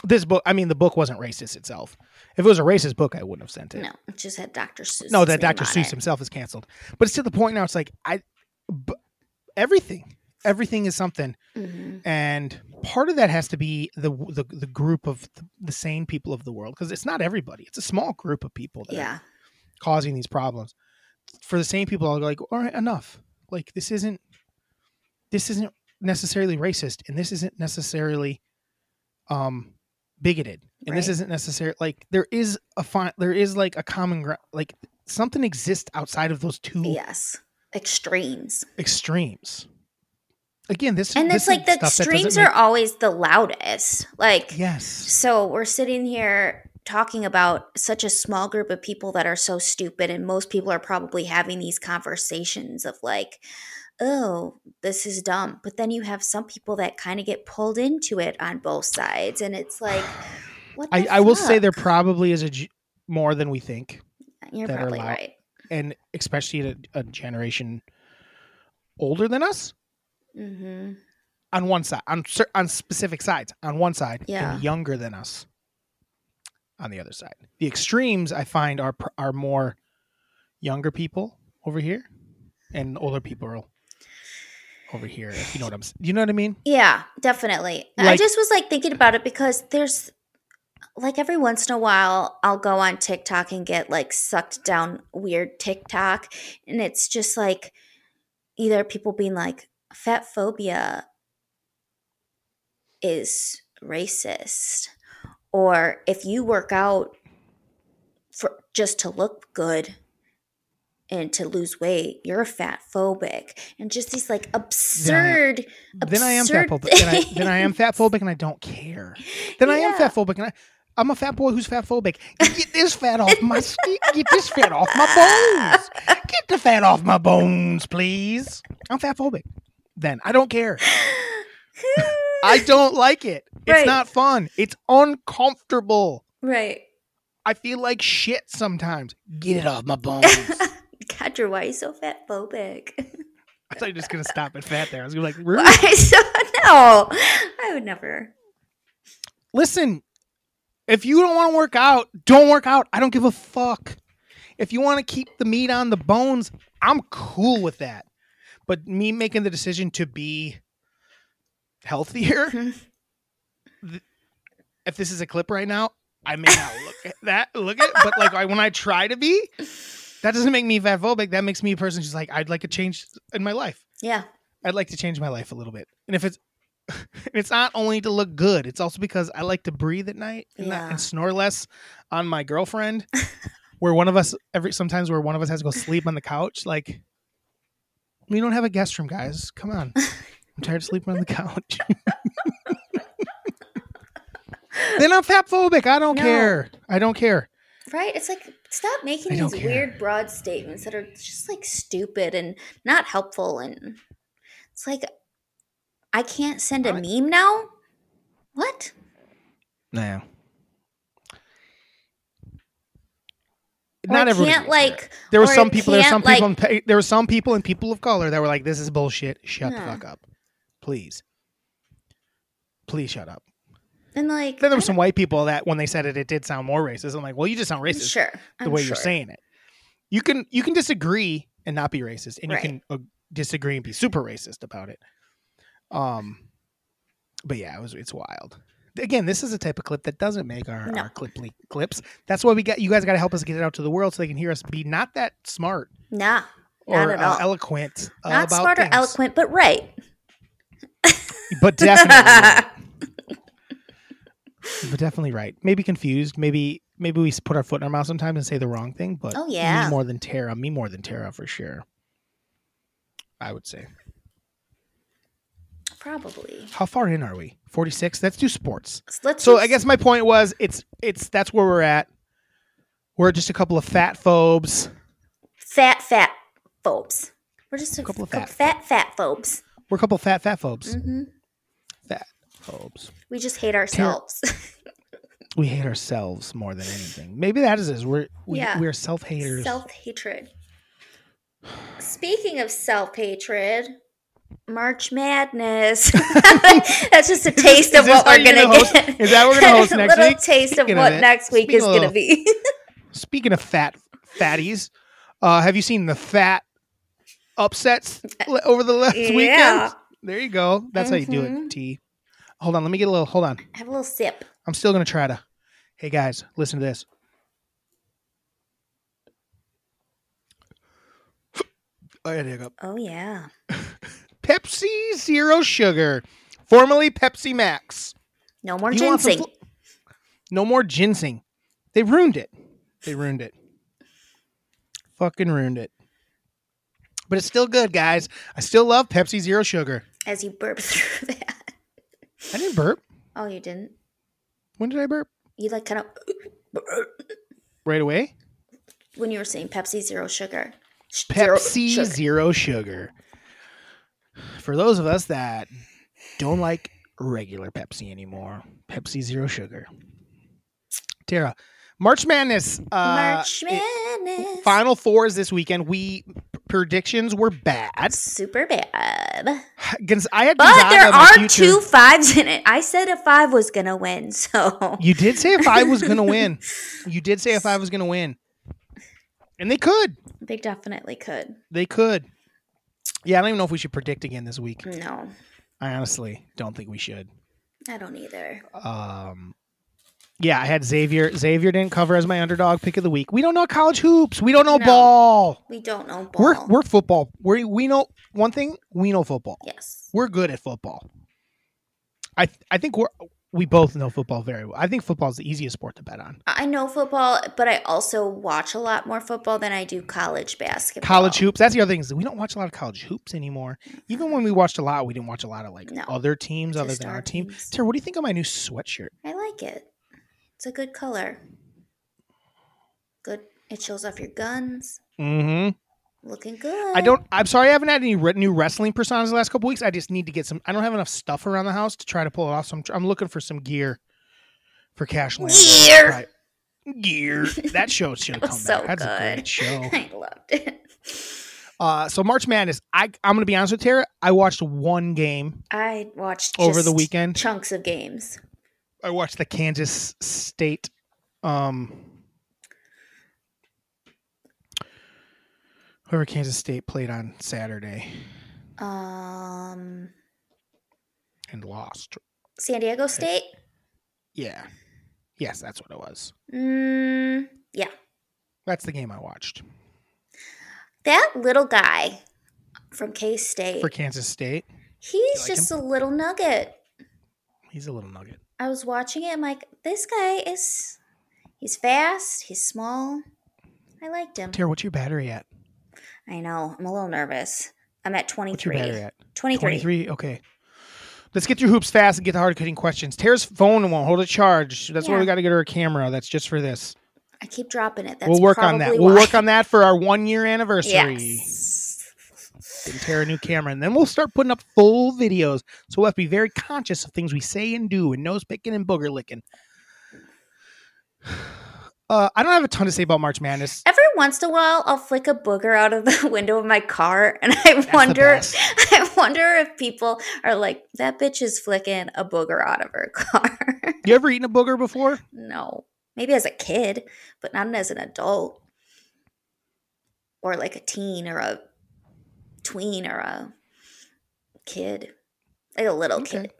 Speaker 2: this book, I mean, the book wasn't racist itself. If it was a racist book, I wouldn't have sent it.
Speaker 3: No, it just had Dr. Seuss.
Speaker 2: No, that Dr. Seuss himself is canceled. But it's to the point now. It's like I, b- everything, everything is something,
Speaker 3: hmm
Speaker 2: and part of that has to be the the, the group of the, the sane people of the world because it's not everybody. It's a small group of people that are
Speaker 3: Yeah.
Speaker 2: causing these problems for the same people i'll go like all right enough like this isn't this isn't necessarily racist and this isn't necessarily um bigoted and this
Speaker 3: Right.
Speaker 2: isn't necessarily like there is a fine there is like a common ground like something exists outside of those two
Speaker 3: Yes. Extremes.
Speaker 2: extremes again this
Speaker 3: And
Speaker 2: this is
Speaker 3: it's like the
Speaker 2: stuff that doesn't
Speaker 3: extremes
Speaker 2: make-
Speaker 3: are always the loudest. Like,
Speaker 2: yes
Speaker 3: so we're sitting here talking about such a small group of people that are so stupid, and most people are probably having these conversations of like, oh, this is dumb. But then you have some people that kind of get pulled into it on both sides, and it's like, what?
Speaker 2: I,
Speaker 3: the
Speaker 2: I will say there
Speaker 3: fuck?
Speaker 2: probably is a g- more than we think
Speaker 3: You're
Speaker 2: that are
Speaker 3: probably
Speaker 2: loud.
Speaker 3: right.
Speaker 2: and especially a, a generation older than us
Speaker 3: Mm-hmm.
Speaker 2: on one side on cer- on specific sides on one side
Speaker 3: Yeah.
Speaker 2: and younger than us on the other side the extremes i find are pr- are more younger people over here and older people are over here if you know what i'm s- you know what i mean
Speaker 3: Yeah, definitely. I
Speaker 2: Like-
Speaker 3: just was like thinking about it because there's like every once in a while I'll go on TikTok and get like sucked down weird TikTok and it's just like either people being like fat phobia is racist or if you work out for just to look good and to lose weight you're a fat phobic and just these like absurd
Speaker 2: then i am fat
Speaker 3: Absurd
Speaker 2: phobic then I, then I am fat pat phobic and i don't care then i am
Speaker 3: Yeah.
Speaker 2: fat phobic and i I'm a fat boy who's fat phobic. Get this fat off my skin. Get this fat off my bones. Get the fat off my bones, please. I'm fat phobic. Then I don't care. I don't like it. It's
Speaker 3: Right.
Speaker 2: not fun. It's uncomfortable.
Speaker 3: right.
Speaker 2: I feel like shit sometimes. Get it off my bones.
Speaker 3: God Roger, why are you so fat phobic?
Speaker 2: I thought you were just gonna stop at fat there. I was gonna be like, "Rude."
Speaker 3: Why so no? I would never.
Speaker 2: listen, if you don't want to work out, don't work out. I don't give a fuck. If you want to keep the meat on the bones, I'm cool with that. But me making the decision to be healthier,
Speaker 3: Mhm.
Speaker 2: th- if this is a clip right now, I may not look at that, look at it, but like I, when I try to be, that doesn't make me fatphobic. That makes me a person who's like, I'd like a change in my life.
Speaker 3: Yeah.
Speaker 2: I'd like to change my life a little bit. And if it's it's not only to look good, it's also because I like to breathe at night and, not,
Speaker 3: Yeah.
Speaker 2: and snore less on my girlfriend. where one of us every sometimes where one of us has to go sleep on the couch. Like we don't have a guest room, guys. Come on. I'm tired of sleeping on the couch. then I'm fat phobic. I don't
Speaker 3: No.
Speaker 2: care. I don't care.
Speaker 3: Right? It's like stop making
Speaker 2: I
Speaker 3: these
Speaker 2: don't care.
Speaker 3: weird broad statements that are just like stupid and not helpful and it's like I can't send a
Speaker 2: Right.
Speaker 3: meme now? What?
Speaker 2: No.
Speaker 3: Or I can't like
Speaker 2: There were
Speaker 3: or I
Speaker 2: some people. There were some
Speaker 3: can't,
Speaker 2: people.
Speaker 3: like-
Speaker 2: and, there were some people and people of color that were like, "This is bullshit. Shut the
Speaker 3: Yeah.
Speaker 2: fuck up, please, please shut up."
Speaker 3: and like
Speaker 2: Then there were
Speaker 3: I
Speaker 2: some white people that, when they said it, it did sound more racist. I'm like, "Well, you just sound
Speaker 3: don't-
Speaker 2: racist
Speaker 3: Sure.
Speaker 2: the
Speaker 3: I'm
Speaker 2: way
Speaker 3: sure.
Speaker 2: you're saying it." You can you can disagree and not be racist, and
Speaker 3: Right.
Speaker 2: you can uh, disagree and be super racist about it. Um, but yeah, it was it's wild. Again, this is a type of clip that doesn't make our,
Speaker 3: No.
Speaker 2: our cliply clips. That's why we got you guys got to help us get it out to the world so they can hear us be not that smart
Speaker 3: Nah.
Speaker 2: or
Speaker 3: Not at
Speaker 2: uh,
Speaker 3: all.
Speaker 2: eloquent uh,
Speaker 3: Not
Speaker 2: about
Speaker 3: smart or
Speaker 2: things.
Speaker 3: eloquent, but right.
Speaker 2: but definitely, right. but definitely right. Maybe confused. Maybe maybe we s- put our foot in our mouth sometimes and say the wrong thing. But
Speaker 3: Oh, yeah.
Speaker 2: me more than Tara, me more than Tara for sure. I would say.
Speaker 3: Probably.
Speaker 2: How far in are we? Forty six. Let's do sports.
Speaker 3: So let's
Speaker 2: So
Speaker 3: do
Speaker 2: I
Speaker 3: s-
Speaker 2: guess my point was it's it's that's where we're at. We're just a couple of fat phobes.
Speaker 3: fat fat phobes. We're just a,
Speaker 2: Couple of
Speaker 3: couple
Speaker 2: fat
Speaker 3: fat fat phobes.
Speaker 2: We're a couple of fat fat phobes.
Speaker 3: hmm
Speaker 2: Fat phobes.
Speaker 3: We just hate ourselves.
Speaker 2: We hate ourselves more than anything. Maybe that is it. We're we,
Speaker 3: Yeah.
Speaker 2: we're self haters.
Speaker 3: Self hatred. Speaking of self hatred, March Madness. That's just a taste
Speaker 2: is
Speaker 3: of
Speaker 2: this
Speaker 3: what
Speaker 2: how
Speaker 3: we're
Speaker 2: you're gonna
Speaker 3: gonna,
Speaker 2: host-
Speaker 3: get.
Speaker 2: is that what we're gonna host
Speaker 3: a
Speaker 2: next
Speaker 3: little
Speaker 2: week?
Speaker 3: taste of
Speaker 2: Speaking of
Speaker 3: what
Speaker 2: it,
Speaker 3: next week
Speaker 2: speaking
Speaker 3: is
Speaker 2: of
Speaker 3: gonna
Speaker 2: little-
Speaker 3: be.
Speaker 2: Speaking of fat fatties, uh, have you seen the fat upsets l- over the last
Speaker 3: Uh, Yeah.
Speaker 2: weekend? There you go. That's how you do it,
Speaker 3: Mhm.
Speaker 2: T. Hold on, let me get a little. Hold on,
Speaker 3: Have a little sip.
Speaker 2: I'm still gonna try to. Hey guys, listen to this. I had a hiccup.
Speaker 3: Oh yeah.
Speaker 2: Pepsi Zero Sugar, formerly Pepsi Max.
Speaker 3: No more
Speaker 2: You want some
Speaker 3: ginseng.
Speaker 2: fl- no more ginseng. They ruined it. They ruined it. Fucking ruined it. But it's still good, guys. I still love Pepsi Zero Sugar.
Speaker 3: as you burp through that.
Speaker 2: I didn't burp.
Speaker 3: Oh, you didn't.
Speaker 2: When did I burp?
Speaker 3: You like kind of
Speaker 2: Right away.
Speaker 3: when you were saying Pepsi Zero Sugar. Sh- zero
Speaker 2: Pepsi
Speaker 3: sugar.
Speaker 2: Zero Sugar. For those of us that don't like regular Pepsi anymore, Pepsi Zero Sugar. Tara, March Madness. Uh,
Speaker 3: March
Speaker 2: it-
Speaker 3: Madness.
Speaker 2: Final fours this weekend. We predictions were bad.
Speaker 3: Super bad.
Speaker 2: Gonz- I had
Speaker 3: But
Speaker 2: Gonzaga
Speaker 3: there
Speaker 2: in my
Speaker 3: are
Speaker 2: future.
Speaker 3: two fives in it. I said a five was gonna win, so
Speaker 2: You did say if I was going to win. You did say if I was going to win. And they could.
Speaker 3: they definitely could.
Speaker 2: They could. Yeah, I don't even know if we should predict again this week.
Speaker 3: No,
Speaker 2: I honestly don't think we should.
Speaker 3: I don't either.
Speaker 2: Um, yeah, I had Xavier. Xavier didn't cover as my underdog pick of the week. We don't know college hoops. We don't know
Speaker 3: No.
Speaker 2: ball.
Speaker 3: We don't know ball.
Speaker 2: We're we're football. We we know one thing. We know football.
Speaker 3: yes,
Speaker 2: we're good at football. I th- I think we're we both know football very well. I think football is the easiest sport to bet on.
Speaker 3: I know football, but I also watch a lot more football than I do college basketball.
Speaker 2: College hoops. That's the other thing is that we don't watch a lot of college hoops anymore. Even when we watched a lot, we didn't watch a lot of like
Speaker 3: No.
Speaker 2: other teams other
Speaker 3: Just
Speaker 2: than
Speaker 3: our
Speaker 2: our team.
Speaker 3: teams.
Speaker 2: Tara, what do you think of my new sweatshirt?
Speaker 3: I like it. It's a good color. Good. It shows off your guns.
Speaker 2: Mm-hmm.
Speaker 3: Looking good.
Speaker 2: I don't. I'm sorry, I haven't had any re- new wrestling personas the last couple weeks. I just need to get some. I don't have enough stuff around the house to try to pull it off. So I'm, tr- I'm looking for some gear for Cash Land.
Speaker 3: Gear.
Speaker 2: Right. Gear. That show should
Speaker 3: was
Speaker 2: come
Speaker 3: so
Speaker 2: back. That's a
Speaker 3: good.
Speaker 2: great show.
Speaker 3: I loved it.
Speaker 2: Uh, so March Madness, I I'm gonna be honest with you, Tara. I watched one game
Speaker 3: I watched
Speaker 2: over the
Speaker 3: just
Speaker 2: weekend.
Speaker 3: chunks of games.
Speaker 2: I watched the Kansas State. Um, whoever Kansas State played on Saturday
Speaker 3: Um,
Speaker 2: and lost.
Speaker 3: San Diego State.
Speaker 2: Yeah, yes, that's what it was.
Speaker 3: Mm, yeah,
Speaker 2: That's the game I watched
Speaker 3: that little guy from K State.
Speaker 2: for Kansas State.
Speaker 3: He's
Speaker 2: like
Speaker 3: just a little nugget.
Speaker 2: He's a little nugget.
Speaker 3: I was watching it. I'm like, this guy is. He's fast. He's small. I liked him.
Speaker 2: Tara, what's your battery at?
Speaker 3: I know. I'm a little nervous. I'm at 23.
Speaker 2: What's your battery at?
Speaker 3: 23.
Speaker 2: 23. Okay. Let's get through hoops fast and get the hard cutting questions. Tara's phone won't hold a charge. That's why
Speaker 3: Yeah.
Speaker 2: we got to get her a camera. That's just for this.
Speaker 3: I keep dropping it. That's
Speaker 2: we'll work on that.
Speaker 3: probably
Speaker 2: We'll
Speaker 3: why.
Speaker 2: work on that for our one year anniversary.
Speaker 3: Yes.
Speaker 2: Getting Tara a new camera. And then we'll start putting up full videos. So we'll have to be very conscious of things we say and do and nose picking and booger licking. Uh, I don't have a ton to say about March Madness.
Speaker 3: Every once in a while, I'll flick a booger out of the window of my car, and I
Speaker 2: That's the
Speaker 3: wonder,
Speaker 2: best.
Speaker 3: I wonder if people are like, "That bitch is flicking a booger out of her car."
Speaker 2: You ever eaten a booger before?
Speaker 3: no, maybe as a kid, but not as an adult, or like a teen or a tween or a kid, like a little
Speaker 2: Okay.
Speaker 3: kid.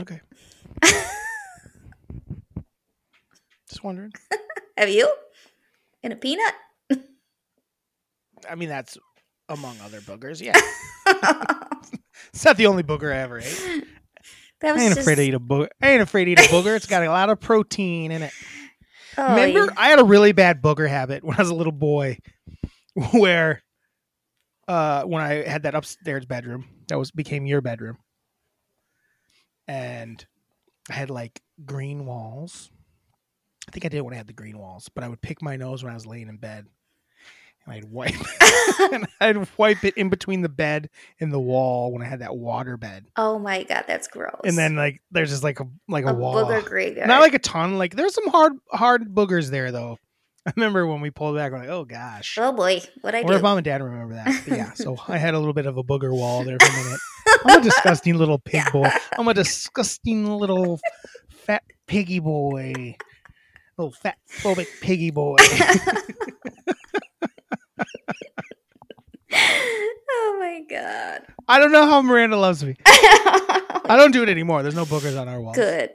Speaker 2: Okay. Just wondering.
Speaker 3: Have you? In a peanut?
Speaker 2: I mean, that's among other boogers. Yeah. It's not the only booger I ever ate.
Speaker 3: That
Speaker 2: I ain't afraid to eat a booger. I ain't afraid to eat a booger. It's got a lot of protein in it.
Speaker 3: Oh,
Speaker 2: Remember,
Speaker 3: yeah.
Speaker 2: I had a really bad booger habit when I was a little boy, where uh, when I had that upstairs bedroom that was became your bedroom, and I had like green walls. I think I did when I had the green walls, but I would pick my nose when I was laying in bed, and I'd wipe, and I'd wipe it in between the bed and the wall when I had that water bed,
Speaker 3: Oh my god, that's gross.
Speaker 2: and then like there's just like a like a,
Speaker 3: a
Speaker 2: wall,
Speaker 3: booger graveyard.
Speaker 2: not like a ton. Like there's some hard hard boogers there though. I remember when we pulled back, we're like, oh gosh.
Speaker 3: oh boy, what
Speaker 2: I
Speaker 3: I
Speaker 2: wonder
Speaker 3: do?
Speaker 2: if mom and dad remember that. But yeah, so I had a little bit of a booger wall there for a minute. I'm a disgusting little pig boy. I'm a disgusting little fat piggy boy. Little fat phobic piggy boy.
Speaker 3: oh my god.
Speaker 2: I don't know how Miranda loves me. I don't do it anymore. There's no boogers on our walls.
Speaker 3: Good.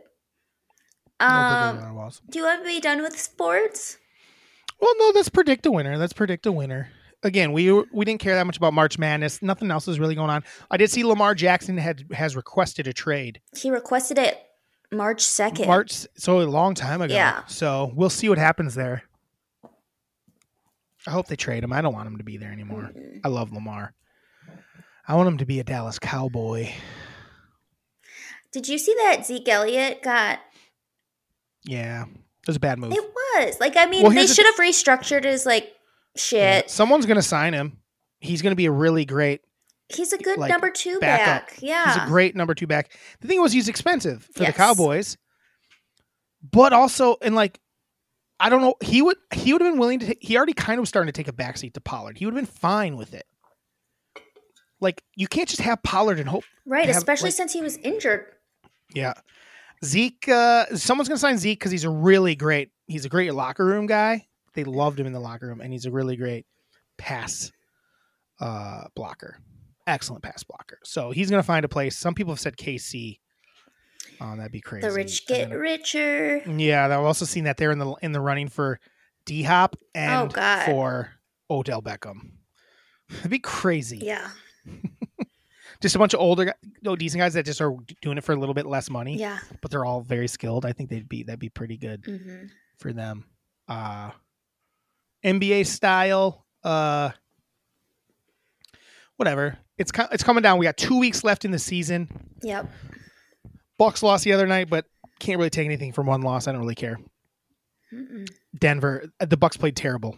Speaker 2: No boogers on
Speaker 3: Um,
Speaker 2: our walls.
Speaker 3: do you want to be done with sports?
Speaker 2: Well, no, that's predict a winner. That's predict a winner. Again, we we didn't care that much about March Madness. Nothing else is really going on. I did see Lamar Jackson had has requested a trade
Speaker 3: He requested it March second.
Speaker 2: March, so a long time ago.
Speaker 3: Yeah.
Speaker 2: So we'll see what happens there. I hope they trade him. I don't want him to be there anymore.
Speaker 3: Mm-hmm.
Speaker 2: I love Lamar. I want him to be a Dallas Cowboy.
Speaker 3: Did you see that Zeke Elliott got?
Speaker 2: Yeah, it was a bad move.
Speaker 3: It was like I mean
Speaker 2: Well,
Speaker 3: they
Speaker 2: here's the-
Speaker 3: should have restructured his like
Speaker 2: Yeah.
Speaker 3: shit.
Speaker 2: Someone's gonna sign him. He's gonna be a really great
Speaker 3: He's a good
Speaker 2: Like,
Speaker 3: number two
Speaker 2: backup.
Speaker 3: back. Yeah,
Speaker 2: He's a great number two back. The thing was, he's expensive for
Speaker 3: Yes.
Speaker 2: the Cowboys, but also, and like, I don't know, he would he would have been willing to. Take, he already kind of was starting to take a backseat to Pollard. He would have been fine with it. Like, you can't just have Pollard and hope.
Speaker 3: right,
Speaker 2: have,
Speaker 3: especially
Speaker 2: like-
Speaker 3: since he was injured.
Speaker 2: Yeah, Zeke. Uh, someone's gonna sign Zeke because he's a really great. He's a great locker room guy. They loved him in the locker room, and he's a really great pass uh, blocker. Excellent pass blocker. So he's gonna find a place. Some people have said KC. Um, that'd be crazy.
Speaker 3: The rich
Speaker 2: And
Speaker 3: get
Speaker 2: then-
Speaker 3: richer.
Speaker 2: Yeah, I've also seen that they're in the in the running for D Hop and
Speaker 3: Oh, God.
Speaker 2: for Odell Beckham. That'd be crazy.
Speaker 3: Yeah,
Speaker 2: Just a bunch of older, gu- no decent guys that just are doing it for a little bit less money
Speaker 3: yeah.
Speaker 2: but they're all very skilled. I think they'd be that'd be pretty good
Speaker 3: hmm
Speaker 2: for them. Uh NBA style uh whatever. It's co- it's coming down. We got 2 weeks left in the season.
Speaker 3: Yep.
Speaker 2: Bucks lost the other night, but can't really take anything from one loss. I don't really care.
Speaker 3: Mm-mm.
Speaker 2: Denver uh, the Bucks played terrible.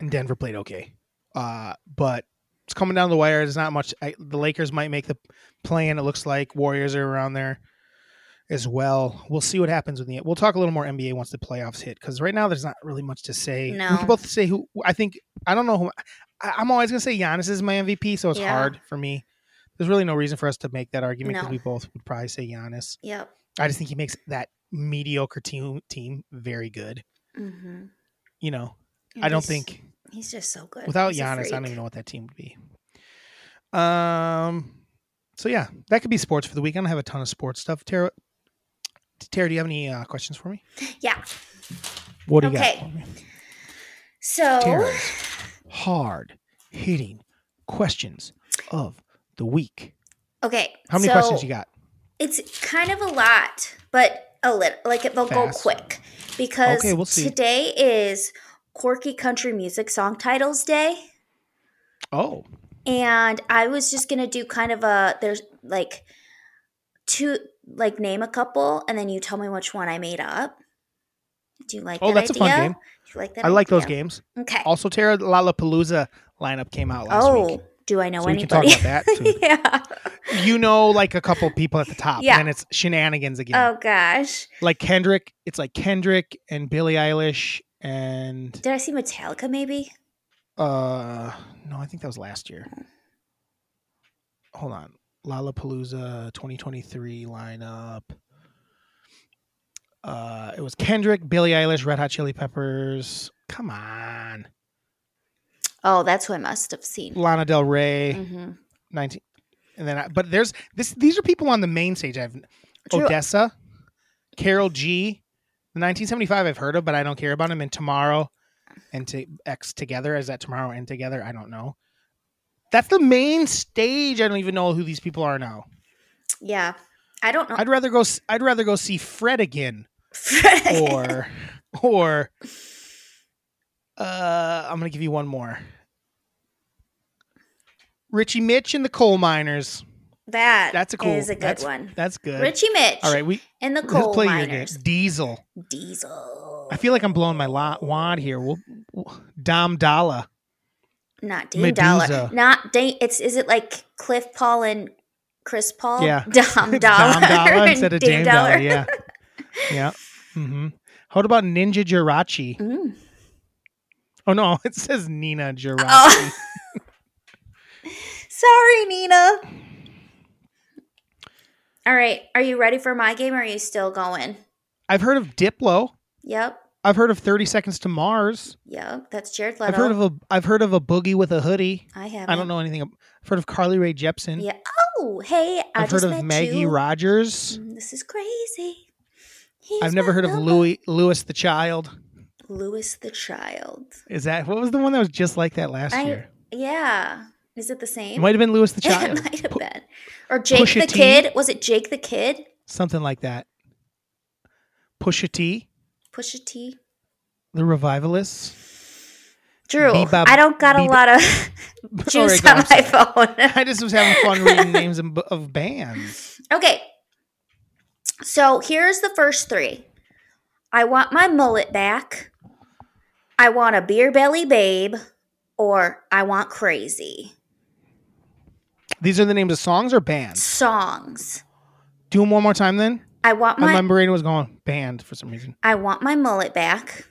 Speaker 2: And Denver played okay. Uh but it's coming down the wire. There's not much. I, the Lakers might make the plan. It looks like Warriors are around there. as well. We'll see what happens with the. We'll talk a little more NBA once the playoffs hit because right now there's not really much to say. We
Speaker 3: No.
Speaker 2: can both say who I think. I don't know who. I, I'm always gonna say Giannis is my MVP, so it's
Speaker 3: Yeah.
Speaker 2: hard for me. There's really no reason for us to make that argument because
Speaker 3: No.
Speaker 2: we both would probably say Giannis.
Speaker 3: Yep.
Speaker 2: I just think he makes that mediocre team team very good.
Speaker 3: Mm-hmm.
Speaker 2: You know, I don't think
Speaker 3: he's uh, just so good.
Speaker 2: without
Speaker 3: He's a
Speaker 2: Giannis, I don't
Speaker 3: freak.
Speaker 2: even know what that team would be. Um. So yeah, that could be sports for the week. I don't have a ton of sports stuff. Tara, Tara, do you have any uh, questions for me?
Speaker 3: Yeah.
Speaker 2: What do you
Speaker 3: Okay. Oh.
Speaker 2: got for me?
Speaker 3: So
Speaker 2: Tara's hard hitting questions of the week.
Speaker 3: okay.
Speaker 2: How many
Speaker 3: so
Speaker 2: questions you got?
Speaker 3: It's kind of a lot, but a little like it will go
Speaker 2: Fast.
Speaker 3: quick because
Speaker 2: Okay, we'll see.
Speaker 3: today is Quirky Country Music Song Titles Day.
Speaker 2: Oh,
Speaker 3: and I was just gonna do kind of a there's like two like name a couple and then you tell me which one I made up. Do you like
Speaker 2: Oh,
Speaker 3: that
Speaker 2: that's a
Speaker 3: idea?
Speaker 2: fun game.
Speaker 3: Do you like that?
Speaker 2: I like those
Speaker 3: idea?
Speaker 2: games.
Speaker 3: Okay.
Speaker 2: Also, Tara, the Lollapalooza lineup came out last
Speaker 3: oh,
Speaker 2: week,
Speaker 3: do I know
Speaker 2: so we can talk
Speaker 3: anybody?
Speaker 2: about that. Too.
Speaker 3: yeah.
Speaker 2: You know, like a couple people at the top,
Speaker 3: Yeah.
Speaker 2: and then it's shenanigans again.
Speaker 3: Oh gosh.
Speaker 2: like Kendrick. It's like Kendrick and Billie Eilish and
Speaker 3: Did I see Metallica maybe?
Speaker 2: uh no, I think that was last year. Hold on. Lollapalooza 2023 lineup. Uh it was Kendrick, Billie Eilish, Red Hot Chili Peppers. Come on.
Speaker 3: Oh, that's who I must have seen.
Speaker 2: Lana Del Rey,
Speaker 3: Mm-hmm.
Speaker 2: 19 and then I, but there's this these are people on the main stage I've
Speaker 3: True.
Speaker 2: Odessa, Carol G, the 1975 I've heard of, but I don't care about him. And tomorrow, and to X together is that tomorrow and together? I don't know. That's the main stage. I don't even know who these people are now.
Speaker 3: Yeah. I don't know.
Speaker 2: I'd rather go. s- I'd rather go see Fred again, or or uh, I'm gonna give you one more. Richie Mitch and the Coal Miners.
Speaker 3: that
Speaker 2: That's a cool.
Speaker 3: is a good
Speaker 2: that's-
Speaker 3: one.
Speaker 2: That's good.
Speaker 3: Richie Mitch
Speaker 2: All right, we
Speaker 3: and the
Speaker 2: let's
Speaker 3: coal
Speaker 2: play your game.
Speaker 3: miners.
Speaker 2: Diesel.
Speaker 3: Diesel.
Speaker 2: I feel like I'm blowing my lo- wad here. We'll, we'll- Dom Dalla.
Speaker 3: Not Dame Dollar.
Speaker 2: Medusa.
Speaker 3: Not Dame. It's is it like Cliff Paul and Chris Paul?
Speaker 2: Yeah.
Speaker 3: Dom Dollar.
Speaker 2: Dom Dalla
Speaker 3: and
Speaker 2: instead of Dame,
Speaker 3: Dame
Speaker 2: Dollar.
Speaker 3: Dollar.
Speaker 2: Yeah. yeah. Mm-hmm. What about Ninja Jirachi?
Speaker 3: Mm.
Speaker 2: Oh, no. It says Nina Jirachi.
Speaker 3: Oh. Sorry, Nina. All right. Are you ready for my game or are you still going?
Speaker 2: I've heard of Diplo.
Speaker 3: Yep.
Speaker 2: I've heard of 30 Seconds to Mars.
Speaker 3: Yep. That's Jared
Speaker 2: I've
Speaker 3: Leto.
Speaker 2: heard of a I've heard of a boogie with a hoodie.
Speaker 3: I have
Speaker 2: I don't know anything. ab- I've heard of Carly Rae Jepsen.
Speaker 3: Yeah. Oh, hey. I
Speaker 2: I've heard
Speaker 3: just
Speaker 2: of
Speaker 3: met
Speaker 2: Maggie
Speaker 3: you.
Speaker 2: Rogers.
Speaker 3: Mm, This is crazy. Here's
Speaker 2: I've never
Speaker 3: my
Speaker 2: heard of
Speaker 3: number.
Speaker 2: Louis Lewis the Child.
Speaker 3: Louis the Child.
Speaker 2: Is that what was the one that was just like that last
Speaker 3: I-
Speaker 2: year?
Speaker 3: Yeah. Is it the same?
Speaker 2: It might have been Lewis the Child.
Speaker 3: it might have
Speaker 2: Pu-
Speaker 3: been. Or Jake
Speaker 2: Pusha
Speaker 3: the
Speaker 2: T.
Speaker 3: Kid. Was it Jake the Kid?
Speaker 2: something like that. Pusha T,
Speaker 3: Pusha T.
Speaker 2: the Revivalists.
Speaker 3: Drew,
Speaker 2: Bebop-
Speaker 3: I don't got a
Speaker 2: Bebop-
Speaker 3: lot of
Speaker 2: Sorry,
Speaker 3: juice
Speaker 2: go,
Speaker 3: on
Speaker 2: I'm sorry.
Speaker 3: my phone.
Speaker 2: I just was having fun reading names of, of bands.
Speaker 3: okay. So here's the first three I want my mullet back. I want a beer belly babe. Or I want crazy.
Speaker 2: These are the names of songs or bands.
Speaker 3: Songs.
Speaker 2: Do them one more time, then.
Speaker 3: I want
Speaker 2: My,
Speaker 3: my
Speaker 2: brain was going band for some reason.
Speaker 3: I want my mullet back.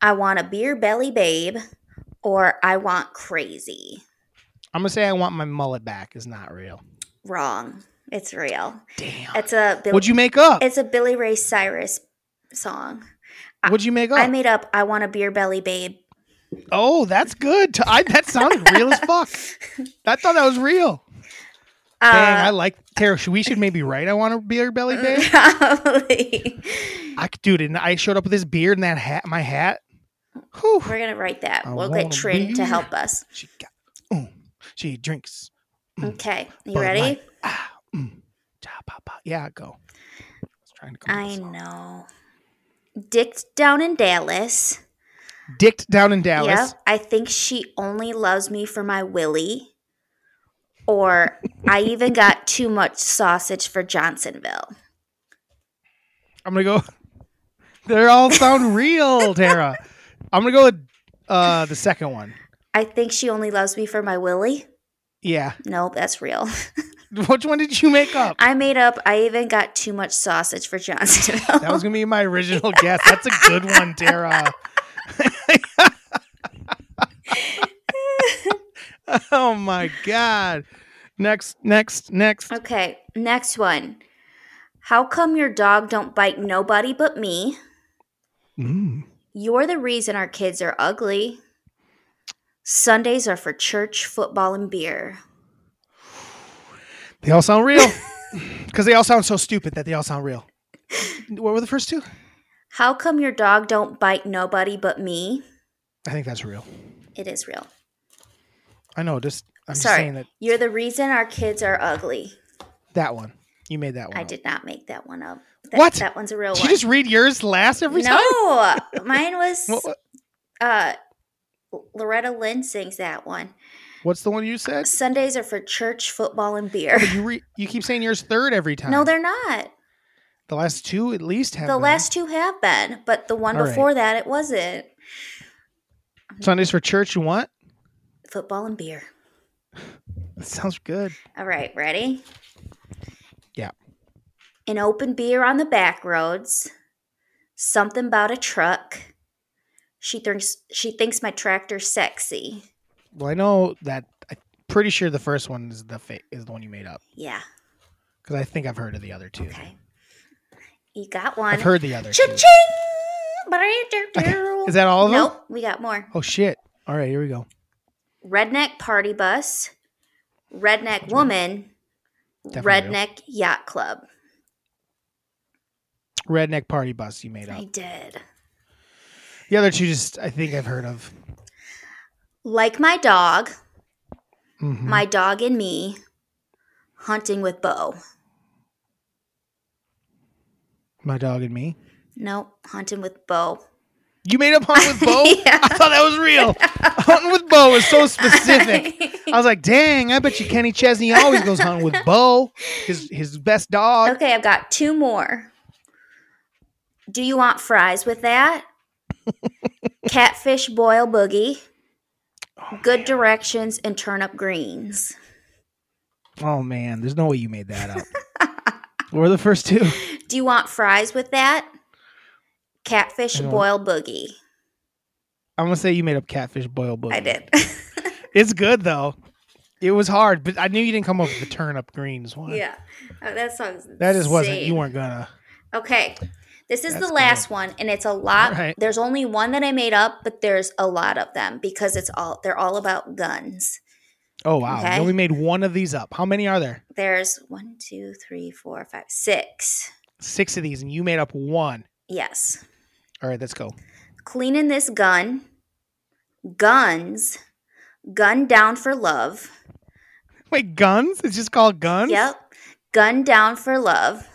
Speaker 3: I want a beer belly babe. Or I want crazy.
Speaker 2: I'm gonna say I want my mullet back is not real.
Speaker 3: Wrong. It's real.
Speaker 2: Damn.
Speaker 3: It's a Billy,
Speaker 2: What'd you make up?
Speaker 3: it's a Billy Ray Cyrus song.
Speaker 2: What'd you make up?
Speaker 3: I made up I want a beer belly babe.
Speaker 2: oh, that's good. T- I, that sounded real as fuck. I thought that was real. Dang, I
Speaker 3: Uh,
Speaker 2: like Tara. Should, we should maybe write. I want a beer belly band.
Speaker 3: probably.
Speaker 2: I, dude, and I showed up with this beard and that hat, my hat. Whew.
Speaker 3: We're gonna write that.
Speaker 2: I
Speaker 3: we'll
Speaker 2: want
Speaker 3: get
Speaker 2: a
Speaker 3: Trin to
Speaker 2: beer.
Speaker 3: help us.
Speaker 2: She got, mm, she drinks. Mm.
Speaker 3: Okay. You
Speaker 2: Bud
Speaker 3: ready?
Speaker 2: Light. Ah, mm, Ja, pa, pa. Yeah, go. I was trying to come up with
Speaker 3: I
Speaker 2: a song.
Speaker 3: know. Dicked down in Dallas.
Speaker 2: Dicked down in Dallas.
Speaker 3: Yep. I think she only loves me for my Willie. Or I even got too much sausage for Johnsonville.
Speaker 2: I'm gonna go. They all sound real, Tara. I'm gonna go with uh, the second one.
Speaker 3: I think she only loves me for my Willie.
Speaker 2: Yeah,
Speaker 3: Nope, that's real.
Speaker 2: Which one did you make up?
Speaker 3: I made up. I even got too much sausage for Johnsonville.
Speaker 2: That was gonna be my original guess. That's a good one, Tara. oh my god. Next, next, next.
Speaker 3: okay, next one. How come your dog don't bite nobody but me?
Speaker 2: Mm.
Speaker 3: You're the reason our kids are ugly. Sundays are for church, football, and beer.
Speaker 2: They all sound real. Because they all sound so stupid that they all sound real. What were the first two?
Speaker 3: How come your dog don't bite nobody but me?
Speaker 2: I think that's real.
Speaker 3: It is real.
Speaker 2: I know, just I'm just
Speaker 3: Sorry,
Speaker 2: saying that
Speaker 3: you're the reason our kids are ugly.
Speaker 2: that one. You made that one.
Speaker 3: I
Speaker 2: up.
Speaker 3: did not make that one up. That,
Speaker 2: What?
Speaker 3: That one's a real
Speaker 2: Did you
Speaker 3: one.
Speaker 2: just read yours last every time?
Speaker 3: no, mine was
Speaker 2: What- what-
Speaker 3: uh, Loretta Lynn sings that one.
Speaker 2: what's the one you said?
Speaker 3: Sundays are for church, football, and beer.
Speaker 2: You re- you keep saying yours third every time.
Speaker 3: No, they're not.
Speaker 2: the last two at least have
Speaker 3: The
Speaker 2: them.
Speaker 3: last two have been, but the one
Speaker 2: All right.
Speaker 3: before that it wasn't.
Speaker 2: Sundays for church. You want?
Speaker 3: Football and beer.
Speaker 2: That sounds good.
Speaker 3: All right, ready?
Speaker 2: Yeah.
Speaker 3: An open beer on the back roads. Something about a truck. She thinks she thinks my tractor's sexy.
Speaker 2: Well, I know that. I'm pretty sure the first one is the fa- is the one you made up
Speaker 3: Yeah.
Speaker 2: because I think I've heard of the other two.
Speaker 3: Okay. You got one.
Speaker 2: I've heard the other.
Speaker 3: Cha
Speaker 2: Two.
Speaker 3: ching!
Speaker 2: Is that all of them?
Speaker 3: Nope, we got more.
Speaker 2: Oh shit! All right, here we go.
Speaker 3: Redneck party bus, redneck woman,
Speaker 2: Definitely
Speaker 3: redneck yacht club.
Speaker 2: Redneck party bus you made
Speaker 3: I
Speaker 2: up.
Speaker 3: did.
Speaker 2: The other two just I think I've heard of.
Speaker 3: Like my dog,
Speaker 2: Mhm.
Speaker 3: my dog and me, hunting with bow.
Speaker 2: My dog and me.
Speaker 3: Nope, hunting with bow.
Speaker 2: You made up hunting with Bo.
Speaker 3: Yeah.
Speaker 2: I thought that was real. hunting with Bo is so specific. I was like, dang, I bet you Kenny Chesney always goes hunting with Bo, his his best dog.
Speaker 3: okay, I've got two more. Do you want fries with that? Catfish boil boogie, good directions, and turnip greens.
Speaker 2: Oh man, there's no way you made that up. what were the first two?
Speaker 3: Do you want fries with that? Catfish
Speaker 2: I don't-
Speaker 3: boil boogie.
Speaker 2: I'm gonna say you made up catfish boil boogie.
Speaker 3: I did.
Speaker 2: It's good though. It was hard, but I knew you didn't come up with the turnip greens one.
Speaker 3: yeah. Oh, that sounds
Speaker 2: That just wasn't.
Speaker 3: insane.
Speaker 2: You weren't gonna.
Speaker 3: Okay. This is
Speaker 2: That's
Speaker 3: the last one and it's a lot.
Speaker 2: All right.
Speaker 3: There's only one that I made up, but there's a lot of them because it's all they're all about guns.
Speaker 2: Oh wow!
Speaker 3: Okay.
Speaker 2: You only made one of these up. How many are there?
Speaker 3: There's one, two, three, four, five, six.
Speaker 2: Six of these, and you made up one.
Speaker 3: Yes.
Speaker 2: All right, let's go.
Speaker 3: Cleaning this gun. Guns. Gun down for love.
Speaker 2: Wait, guns? It's just called guns.
Speaker 3: Yep. Gun down for love.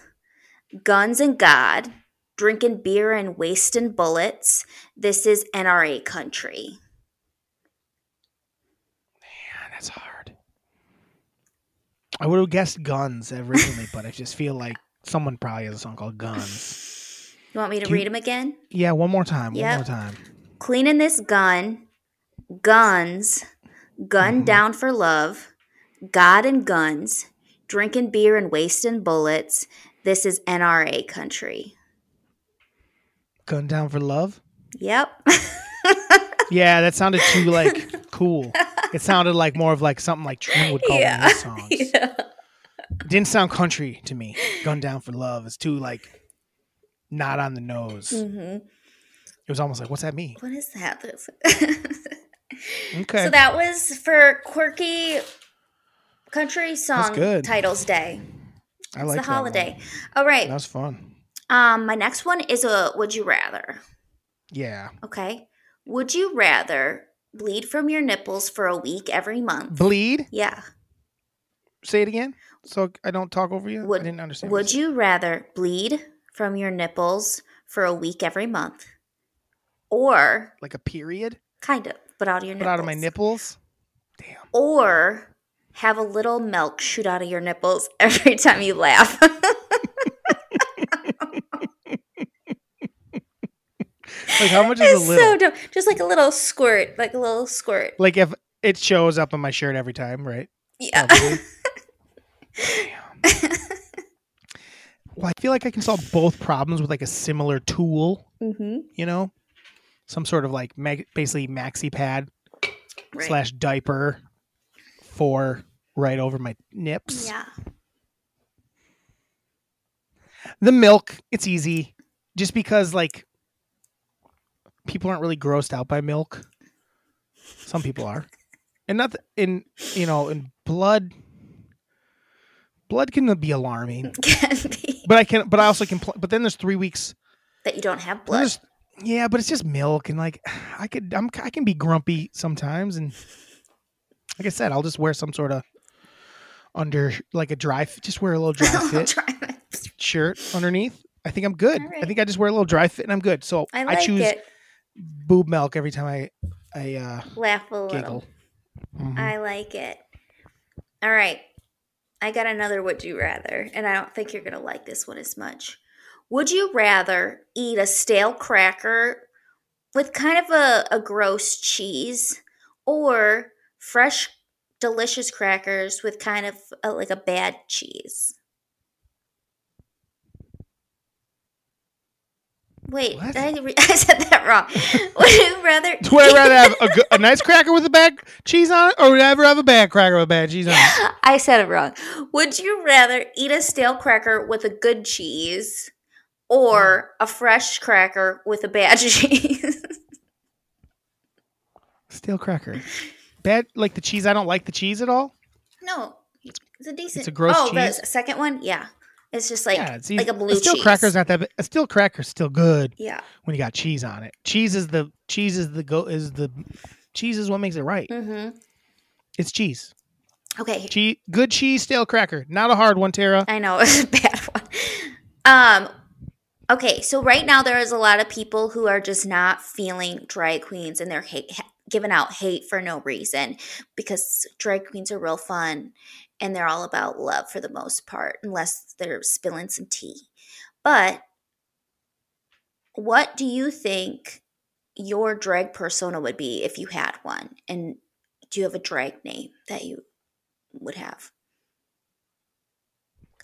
Speaker 3: Guns and God. Drinking beer and wasting bullets. This is NRA country.
Speaker 2: Man, that's hard. I would have guessed guns originally, but I just feel like someone probably has a song called Guns.
Speaker 3: You want me to
Speaker 2: You-
Speaker 3: read them again?
Speaker 2: Yeah, one more time. One
Speaker 3: Yep.
Speaker 2: more time.
Speaker 3: Cleaning this gun. Guns. Gun
Speaker 2: Mhm.
Speaker 3: down for love. God and guns. Drinking beer and wasting bullets. This is NRA country.
Speaker 2: Gun down for love.
Speaker 3: Yep.
Speaker 2: Yeah, that sounded too like cool. It sounded like more of like something like True would call one of
Speaker 3: Yeah.
Speaker 2: his songs. Didn't sound country to me. Gun down for love is too like not on the nose. It
Speaker 3: hmm
Speaker 2: was almost like, what's that mean?
Speaker 3: What is that? That's-
Speaker 2: Okay,
Speaker 3: So that was for quirky country song
Speaker 2: good.
Speaker 3: titles day.
Speaker 2: I
Speaker 3: It's
Speaker 2: like
Speaker 3: the holiday.
Speaker 2: That, one. that
Speaker 3: All right.
Speaker 2: was fun.
Speaker 3: Um, my next one is a would you rather.
Speaker 2: Yeah,
Speaker 3: Okay. Would you rather bleed from your nipples for a week every month?
Speaker 2: bleed.
Speaker 3: yeah.
Speaker 2: Say it again, so I don't talk over you.
Speaker 3: Would-
Speaker 2: I didn't understand. what
Speaker 3: Would you rather bleed from your nipples for a week every month, or
Speaker 2: like a period,
Speaker 3: kind of, but out of your
Speaker 2: but
Speaker 3: nipples,
Speaker 2: out of my nipples. Damn.
Speaker 3: or have a little milk shoot out of your nipples every time you laugh?
Speaker 2: Like how much is
Speaker 3: It's
Speaker 2: a little?
Speaker 3: so dumb. Just like a little squirt, like a little squirt.
Speaker 2: like if it shows up on my shirt every time, right?
Speaker 3: Yeah.
Speaker 2: Probably. Well, I feel like I can solve both problems with like a similar tool,
Speaker 3: Mm-hmm.
Speaker 2: you know, some sort of like mag- basically maxi pad
Speaker 3: Right.
Speaker 2: slash diaper for right over my nips.
Speaker 3: Yeah.
Speaker 2: The milk, it's easy, just because like people aren't really grossed out by milk. Some people are, and not th- in you know in blood. Blood can be alarming,
Speaker 3: Can be
Speaker 2: but I can. But I also can. Pl- but then there's three weeks
Speaker 3: that you don't have
Speaker 2: Well,
Speaker 3: blood.
Speaker 2: there's- Yeah, but it's just milk, and like I could, I'm, I can be grumpy sometimes, and like I said, I'll just wear some sort of under, like a dry, f- just wear a little dry
Speaker 3: I'll
Speaker 2: fit
Speaker 3: try it.
Speaker 2: shirt underneath. I think I'm good.
Speaker 3: All
Speaker 2: I
Speaker 3: right.
Speaker 2: think I just wear a little dry fit, and I'm good. So
Speaker 3: I
Speaker 2: I,
Speaker 3: like
Speaker 2: choose
Speaker 3: it.
Speaker 2: boob milk every time I, I uh,
Speaker 3: Laugh a little.
Speaker 2: giggle. Mhm.
Speaker 3: I like it. All right. I got another would you rather, and I don't think you're going to like this one as much. Would you rather eat a stale cracker with kind of a, a gross cheese or fresh, delicious crackers with kind of a, like a bad cheese? Wait,
Speaker 2: What?
Speaker 3: did I, re- I said that wrong. Would you rather?
Speaker 2: Do I rather have a, go- a nice cracker with a bad cheese on it, or would I rather have a bad cracker with bad cheese on it?
Speaker 3: I said it wrong. Would you rather eat a stale cracker with a good cheese or
Speaker 2: Mm.
Speaker 3: a fresh cracker with a bad cheese?
Speaker 2: Stale cracker, bad like the cheese. I don't like the cheese at all.
Speaker 3: no, it's a decent.
Speaker 2: a gross
Speaker 3: oh, the
Speaker 2: cheese?
Speaker 3: second one, yeah, it's just like
Speaker 2: yeah, it's
Speaker 3: like a
Speaker 2: easy.
Speaker 3: blue
Speaker 2: steel
Speaker 3: cheese.
Speaker 2: cracker's not that. Bad. A steel cracker's still good
Speaker 3: yeah.
Speaker 2: when you got cheese on it. Cheese is the cheese is the go is the cheese is what makes it right.
Speaker 3: Mm-hmm.
Speaker 2: It's cheese.
Speaker 3: Okay,
Speaker 2: Cheese, good cheese, stale cracker. Not a hard one, Tara.
Speaker 3: I know it's a bad one. Um, okay, so right now there is a lot of people who are just not feeling drag queens, and they're hate, ha- giving out hate for no reason because drag queens are real fun, and they're all about love for the most part, unless they're spilling some tea. But what do you think your drag persona would be if you had one? And do you have a drag name that you would have?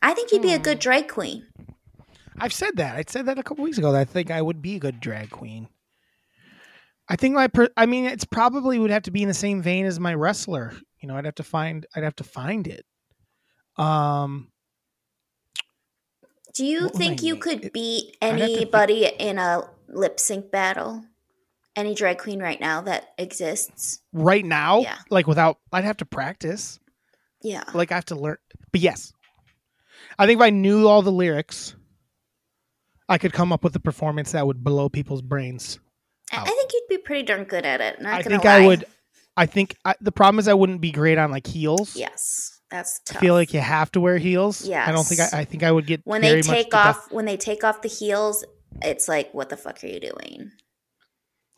Speaker 3: I think you'd be a
Speaker 2: Hmm.
Speaker 3: good drag queen.
Speaker 2: I've said that. I said that a couple weeks ago. That I think I would be a good drag queen. I think my. Per- I mean, it's probably would have to be in the same vein as my wrestler. You know, I'd have to find. I'd have to find it. Um.
Speaker 3: Do you
Speaker 2: What would
Speaker 3: think
Speaker 2: my
Speaker 3: you
Speaker 2: name-
Speaker 3: could
Speaker 2: it-
Speaker 3: beat
Speaker 2: I'd have to think.
Speaker 3: anybody in a lip sync battle? Any drag queen right now that exists?
Speaker 2: Right now,
Speaker 3: Yeah.
Speaker 2: like without, I'd have to practice.
Speaker 3: Yeah.
Speaker 2: like I have to learn. But yes, I think if I knew all the lyrics, I could come up with a performance that would blow people's brains.
Speaker 3: I, I
Speaker 2: Out.
Speaker 3: think you'd be pretty darn good at it. Not
Speaker 2: I
Speaker 3: gonna
Speaker 2: think
Speaker 3: lie.
Speaker 2: I would. I think I, the problem is I wouldn't be great on like heels.
Speaker 3: Yes. That's
Speaker 2: I
Speaker 3: tough.
Speaker 2: feel like you have to wear heels. I don't think
Speaker 3: Yes.
Speaker 2: I, I think I would get
Speaker 3: when
Speaker 2: very
Speaker 3: they
Speaker 2: much
Speaker 3: take
Speaker 2: the best-
Speaker 3: off when they take off the heels, it's like, what the fuck are you doing?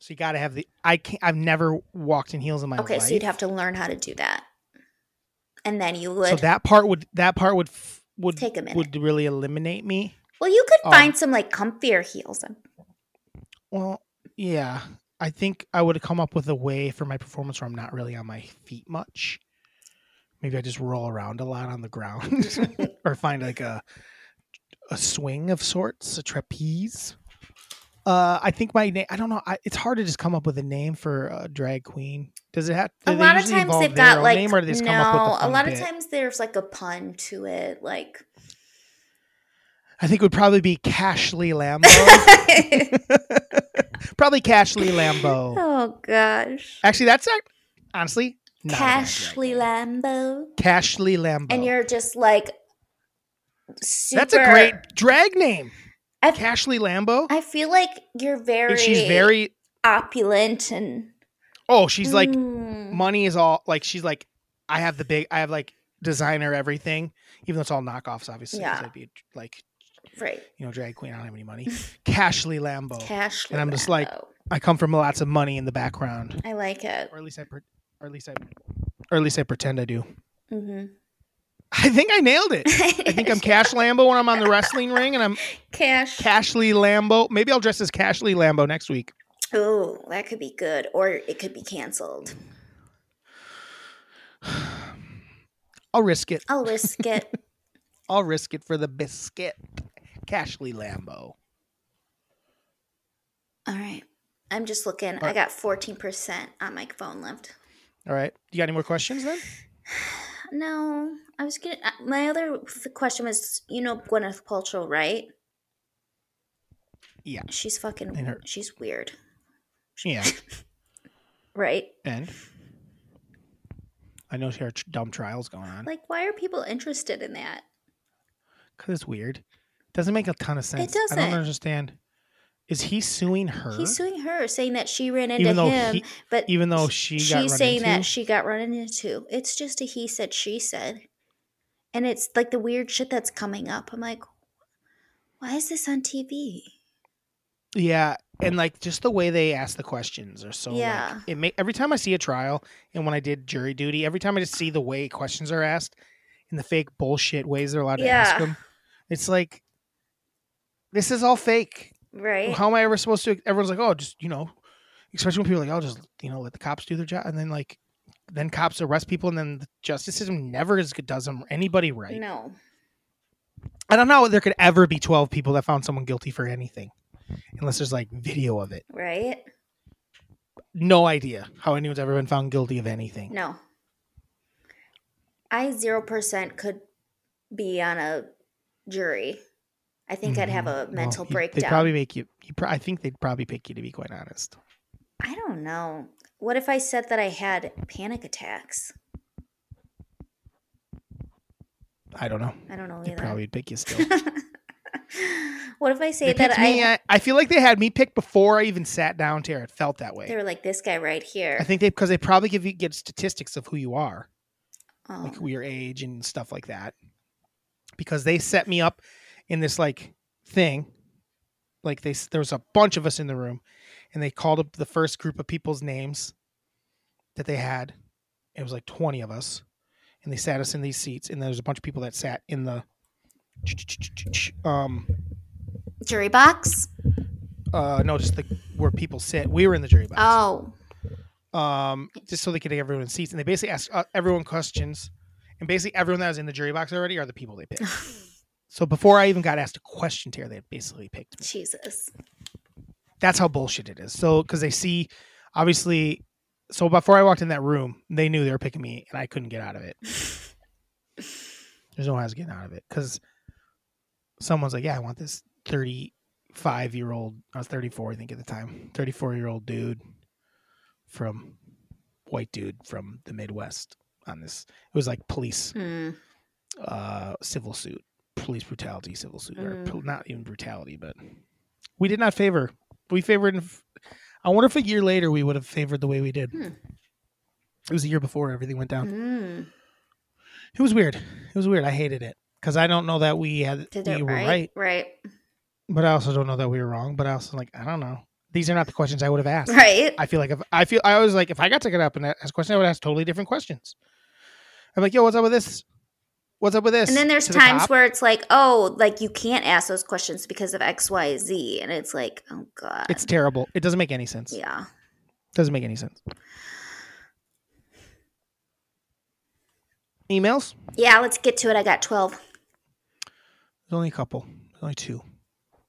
Speaker 2: so you got to have the. I can't. I've never walked in heels in my
Speaker 3: okay,
Speaker 2: life.
Speaker 3: so you'd have to learn how to do that. And then you
Speaker 2: So
Speaker 3: would
Speaker 2: that part would that part would f- would
Speaker 3: Take a minute.
Speaker 2: would really eliminate me.
Speaker 3: well you could
Speaker 2: um,
Speaker 3: find some like comfier heels.
Speaker 2: Well, yeah. I think I would have come up with a way for my performance where I'm not really on my feet much. Maybe I just roll around a lot on the ground or find like a a swing of sorts, a trapeze. Uh, I think my name. I don't know. I, it's hard to just come up with a name for a drag queen. Does it have? do
Speaker 3: a
Speaker 2: they
Speaker 3: lot of
Speaker 2: usually
Speaker 3: times
Speaker 2: involve
Speaker 3: they've
Speaker 2: their
Speaker 3: got
Speaker 2: own
Speaker 3: like
Speaker 2: name, or do they just
Speaker 3: no.
Speaker 2: come up with
Speaker 3: a
Speaker 2: funny
Speaker 3: lot of
Speaker 2: bit?
Speaker 3: times there's like a pun to it, like
Speaker 2: I think it would probably be Cashly Lambo. Oh. probably Cashly Lambo.
Speaker 3: oh gosh,
Speaker 2: Actually, that's not, honestly not a bad drag
Speaker 3: Cashly
Speaker 2: name.
Speaker 3: Lambo,
Speaker 2: Cashly Lambo.
Speaker 3: and you're just like super.
Speaker 2: That's a great drag name.
Speaker 3: I-
Speaker 2: Cashly Lambo.
Speaker 3: I feel like you're very.
Speaker 2: And she's very
Speaker 3: opulent and
Speaker 2: oh, she's like
Speaker 3: Mm.
Speaker 2: money is all like she's like I have the big I have like designer everything, even though it's all knockoffs, obviously. 'cause
Speaker 3: Yeah.
Speaker 2: I'd be a- like,
Speaker 3: right.
Speaker 2: you know, drag queen, I don't have any money. Cashly Lambo.
Speaker 3: Cashly
Speaker 2: And I'm just like-
Speaker 3: Lambo.
Speaker 2: I come from lots of money in the background.
Speaker 3: I like it.
Speaker 2: Or at least I pre- or at least I or at least I pretend I do.
Speaker 3: hmm
Speaker 2: I think I nailed it. I think I'm Cash Lambo when I'm on the wrestling ring and I'm
Speaker 3: Cash.
Speaker 2: Cashly Lambo. Maybe I'll dress as Cashly Lambo next week.
Speaker 3: oh, that could be good, or it could be canceled.
Speaker 2: I'll risk it.
Speaker 3: I'll risk it.
Speaker 2: I'll risk it for the biscuit. Cashley Lambo.
Speaker 3: All right. I'm just looking. I
Speaker 2: right.
Speaker 3: got 14% on my phone left.
Speaker 2: All right. You got any more questions then?
Speaker 3: No, I was gonna. uh, My other f- question was, you know, Gwyneth Paltrow, right?
Speaker 2: Yeah.
Speaker 3: She's fucking.
Speaker 2: And her-
Speaker 3: She's weird,
Speaker 2: Yeah.
Speaker 3: right?
Speaker 2: And I know there are tr- dumb trials going on
Speaker 3: Like, why are people interested in that?
Speaker 2: because it's weird. Doesn't make a ton of sense. I
Speaker 3: doesn't.
Speaker 2: don't understand. Is he suing her?
Speaker 3: He's suing her, saying that she ran into
Speaker 2: even though
Speaker 3: him,
Speaker 2: he,
Speaker 3: but
Speaker 2: even though she got
Speaker 3: she's
Speaker 2: run
Speaker 3: saying
Speaker 2: into?
Speaker 3: that she got run into. It's just a he said, she said, and it's like the weird shit that's coming up. I'm like, why is this on TV?
Speaker 2: Yeah, and like just the way they ask the questions are so like,
Speaker 3: Yeah.
Speaker 2: it may every time I see a trial and when I did jury duty, every time I just see the way questions are asked and the fake bullshit ways they're allowed to ask
Speaker 3: Yeah.
Speaker 2: them, it's like this is all fake.
Speaker 3: Right?
Speaker 2: How am I ever supposed to? Everyone's like, oh, just you know, especially when people are like, oh, just you know, let the cops do their job, and then like, then cops arrest people, and then the justice system never is, does them anybody right.
Speaker 3: No.
Speaker 2: I don't know how there could ever be twelve people that found someone guilty for anything, unless there's like video of it.
Speaker 3: Right?
Speaker 2: no idea how anyone's ever been found guilty of anything.
Speaker 3: No. I 0% could be on a jury. I think I'd have a
Speaker 2: Mhm. Well,
Speaker 3: mental
Speaker 2: you- They'd
Speaker 3: breakdown.
Speaker 2: probably make you. you pro- I think they'd probably pick you to be quite honest.
Speaker 3: I don't know. What if I said that I had panic attacks?
Speaker 2: I don't know.
Speaker 3: I don't know
Speaker 2: They
Speaker 3: either.
Speaker 2: probably would pick you still. They
Speaker 3: what if I say that
Speaker 2: picked
Speaker 3: I,
Speaker 2: me, I, I feel like they had me picked before I even sat down to It felt that
Speaker 3: they
Speaker 2: way.
Speaker 3: were like this guy right here?
Speaker 2: I think they because they probably give you get statistics of who you are,
Speaker 3: oh,
Speaker 2: like your age and stuff like that. Because they set me up in this like thing, like they s- there was a bunch of us in the room, and they called up the first group of people's names that they had. It was like twenty of us, and they sat us in these seats. And there was a bunch of people that sat in the um
Speaker 3: jury box?
Speaker 2: uh no just the where people sit. We were in the jury box.
Speaker 3: Oh,
Speaker 2: um, just so they could get everyone seats. And they basically asked uh, everyone questions. And basically, everyone that was in the jury box already are the people they picked. so before I even got asked a question, Tara, they basically picked me.
Speaker 3: Jesus.
Speaker 2: That's how bullshit it is. So, because they see, obviously, so before I walked in that room, they knew they were picking me and I couldn't get out of it. There's no way I was getting out of it because someone's like, yeah, I want this 35 year old, I was 34, I think at the time, 34 year old dude from white dude from the Midwest on this. It was like police,
Speaker 3: Hmm.
Speaker 2: uh, civil suit, police brutality, civil suit, or
Speaker 3: Mm.
Speaker 2: pol- not even brutality, but we did not favor. We favored. I wonder if a year later we would have favored the way we did.
Speaker 3: Hmm.
Speaker 2: It was a year before everything went down.
Speaker 3: Hmm.
Speaker 2: It was weird. It was weird. I hated it because I don't know that we had
Speaker 3: Did
Speaker 2: we
Speaker 3: it
Speaker 2: were
Speaker 3: right?
Speaker 2: right,
Speaker 3: Right.
Speaker 2: but I also don't know that we were wrong. But I also like I don't know. These are not the questions I would have asked.
Speaker 3: Right.
Speaker 2: I feel like if I feel I always like if I got to get up and ask questions, I would ask totally different questions. I'm like, yo, what's up with this? What's up with this?
Speaker 3: And then there's
Speaker 2: To the
Speaker 3: times
Speaker 2: cop.
Speaker 3: where it's like, oh, like you can't ask those questions because of X, Y, Z, and it's like, oh god,
Speaker 2: it's terrible. It doesn't make any sense.
Speaker 3: yeah,
Speaker 2: Doesn't make any sense. Emails?
Speaker 3: yeah. Let's get to it. I got twelve.
Speaker 2: There's only a couple. There's only two.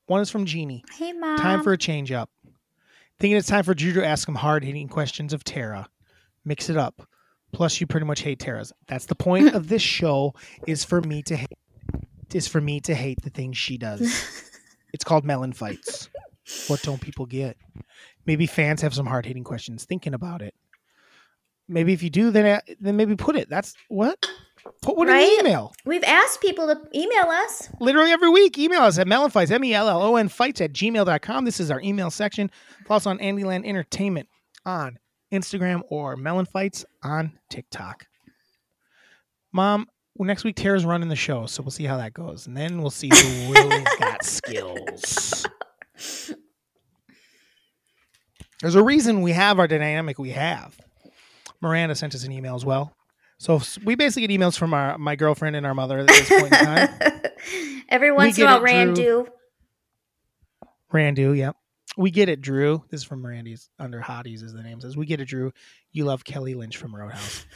Speaker 2: One is from Jeannie.
Speaker 3: Hey mom,
Speaker 2: Time for a change up. Thinking it's time for Drew to ask him hard hitting questions of Tara. Mix it up. Plus, you pretty much hate Tara's. That's the point of this show is for me to hate is for me to hate the things she does. it's called melon fights. What don't people get? Maybe fans have some hard hitting questions. Thinking about it. Maybe if you do, then uh, then maybe put it. That's what. Put what
Speaker 3: Right?
Speaker 2: in the email
Speaker 3: We've asked people to email us.
Speaker 2: literally every week. Email us at melonfights, E M-E-L-L-O-N fights at gmail.com. This is our email section. Follow us on Andyland Entertainment on Instagram or Melon Fights on TikTok. Mom, well, next week Tara's running the show, so we'll see how that goes. And then we'll see who really got skills. There's a reason we have our dynamic we have. Miranda sent us an email as well. So s- we basically get emails from our my girlfriend and our mother at this point in time.
Speaker 3: Every once in
Speaker 2: get
Speaker 3: a while,
Speaker 2: it, Drew.
Speaker 3: Randu.
Speaker 2: Randu, yeah. We get it, Drew. This is from Randy's under Hotties is the name says. We get it, Drew. You love Kelly Lynch from Roadhouse.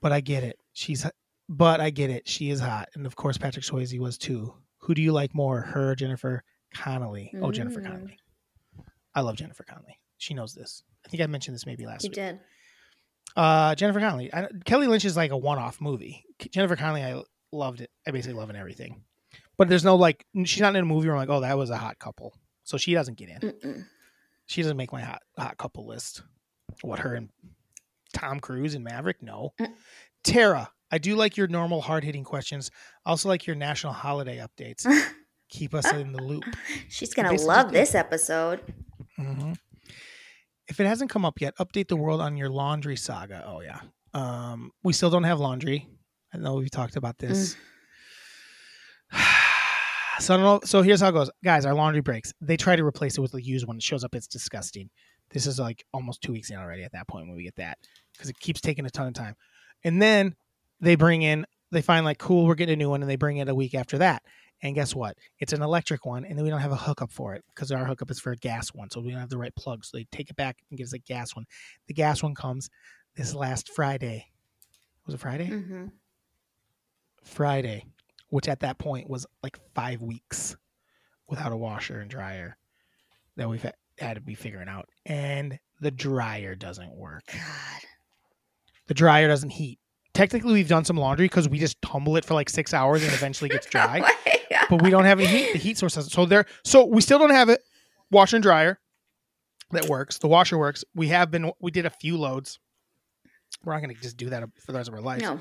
Speaker 2: but I get it. She's But I get it. She is hot. And of course, Patrick Swayze was too. Who do you like more, her or Jennifer Connolly? Oh, Jennifer
Speaker 3: Mm.
Speaker 2: Connolly. I love Jennifer Connolly. She knows this. I think I mentioned this maybe last
Speaker 3: You
Speaker 2: week.
Speaker 3: did.
Speaker 2: Uh, Jennifer Connelly. I, Kelly Lynch is like a one-off movie. K- Jennifer Connelly, I loved it. I basically love in everything, but there's no like she's not in a movie where I'm like, oh, that was a hot couple. So she doesn't get in.
Speaker 3: Mm-mm.
Speaker 2: She doesn't make my hot hot couple list. What her and Tom Cruise and Maverick? No.
Speaker 3: Mm.
Speaker 2: Tara, I do like your normal hard-hitting questions. I also like your national holiday updates. Keep us in the loop.
Speaker 3: She's gonna
Speaker 2: Basically
Speaker 3: love
Speaker 2: did.
Speaker 3: this episode.
Speaker 2: hmm If it hasn't come up yet, update the world on your laundry saga. Oh yeah, um, we still don't have laundry. I know we've talked about this. so I don't know. So here's how it goes, guys. Our laundry breaks. They try to replace it with a used one. It shows up. It's disgusting. This is like almost two weeks in already at that point when we get that because it keeps taking a ton of time. And then they bring in. They find like cool. We're getting a new one, and they bring it a week after that. And guess what? It's an electric one, and then we don't have a hookup for it because our hookup is for a gas one, so we don't have the right plug. So they take it back and give us a gas one. The gas one comes this last Friday. Was it Friday?
Speaker 3: Mm-hmm.
Speaker 2: Friday, which at that point was like five weeks without a washer and dryer that we've had- had to be figuring out. And the dryer doesn't work.
Speaker 3: God.
Speaker 2: The dryer doesn't heat. Technically, we've done some laundry because we just tumble it for like six hours and eventually gets
Speaker 3: Oh
Speaker 2: dry but we don't have any heat. The heat source doesn't. So there. So we still don't have it. Washer and dryer that works. The washer works. We have been. We did a few loads. We're not going to just do that for the rest of our life.
Speaker 3: No.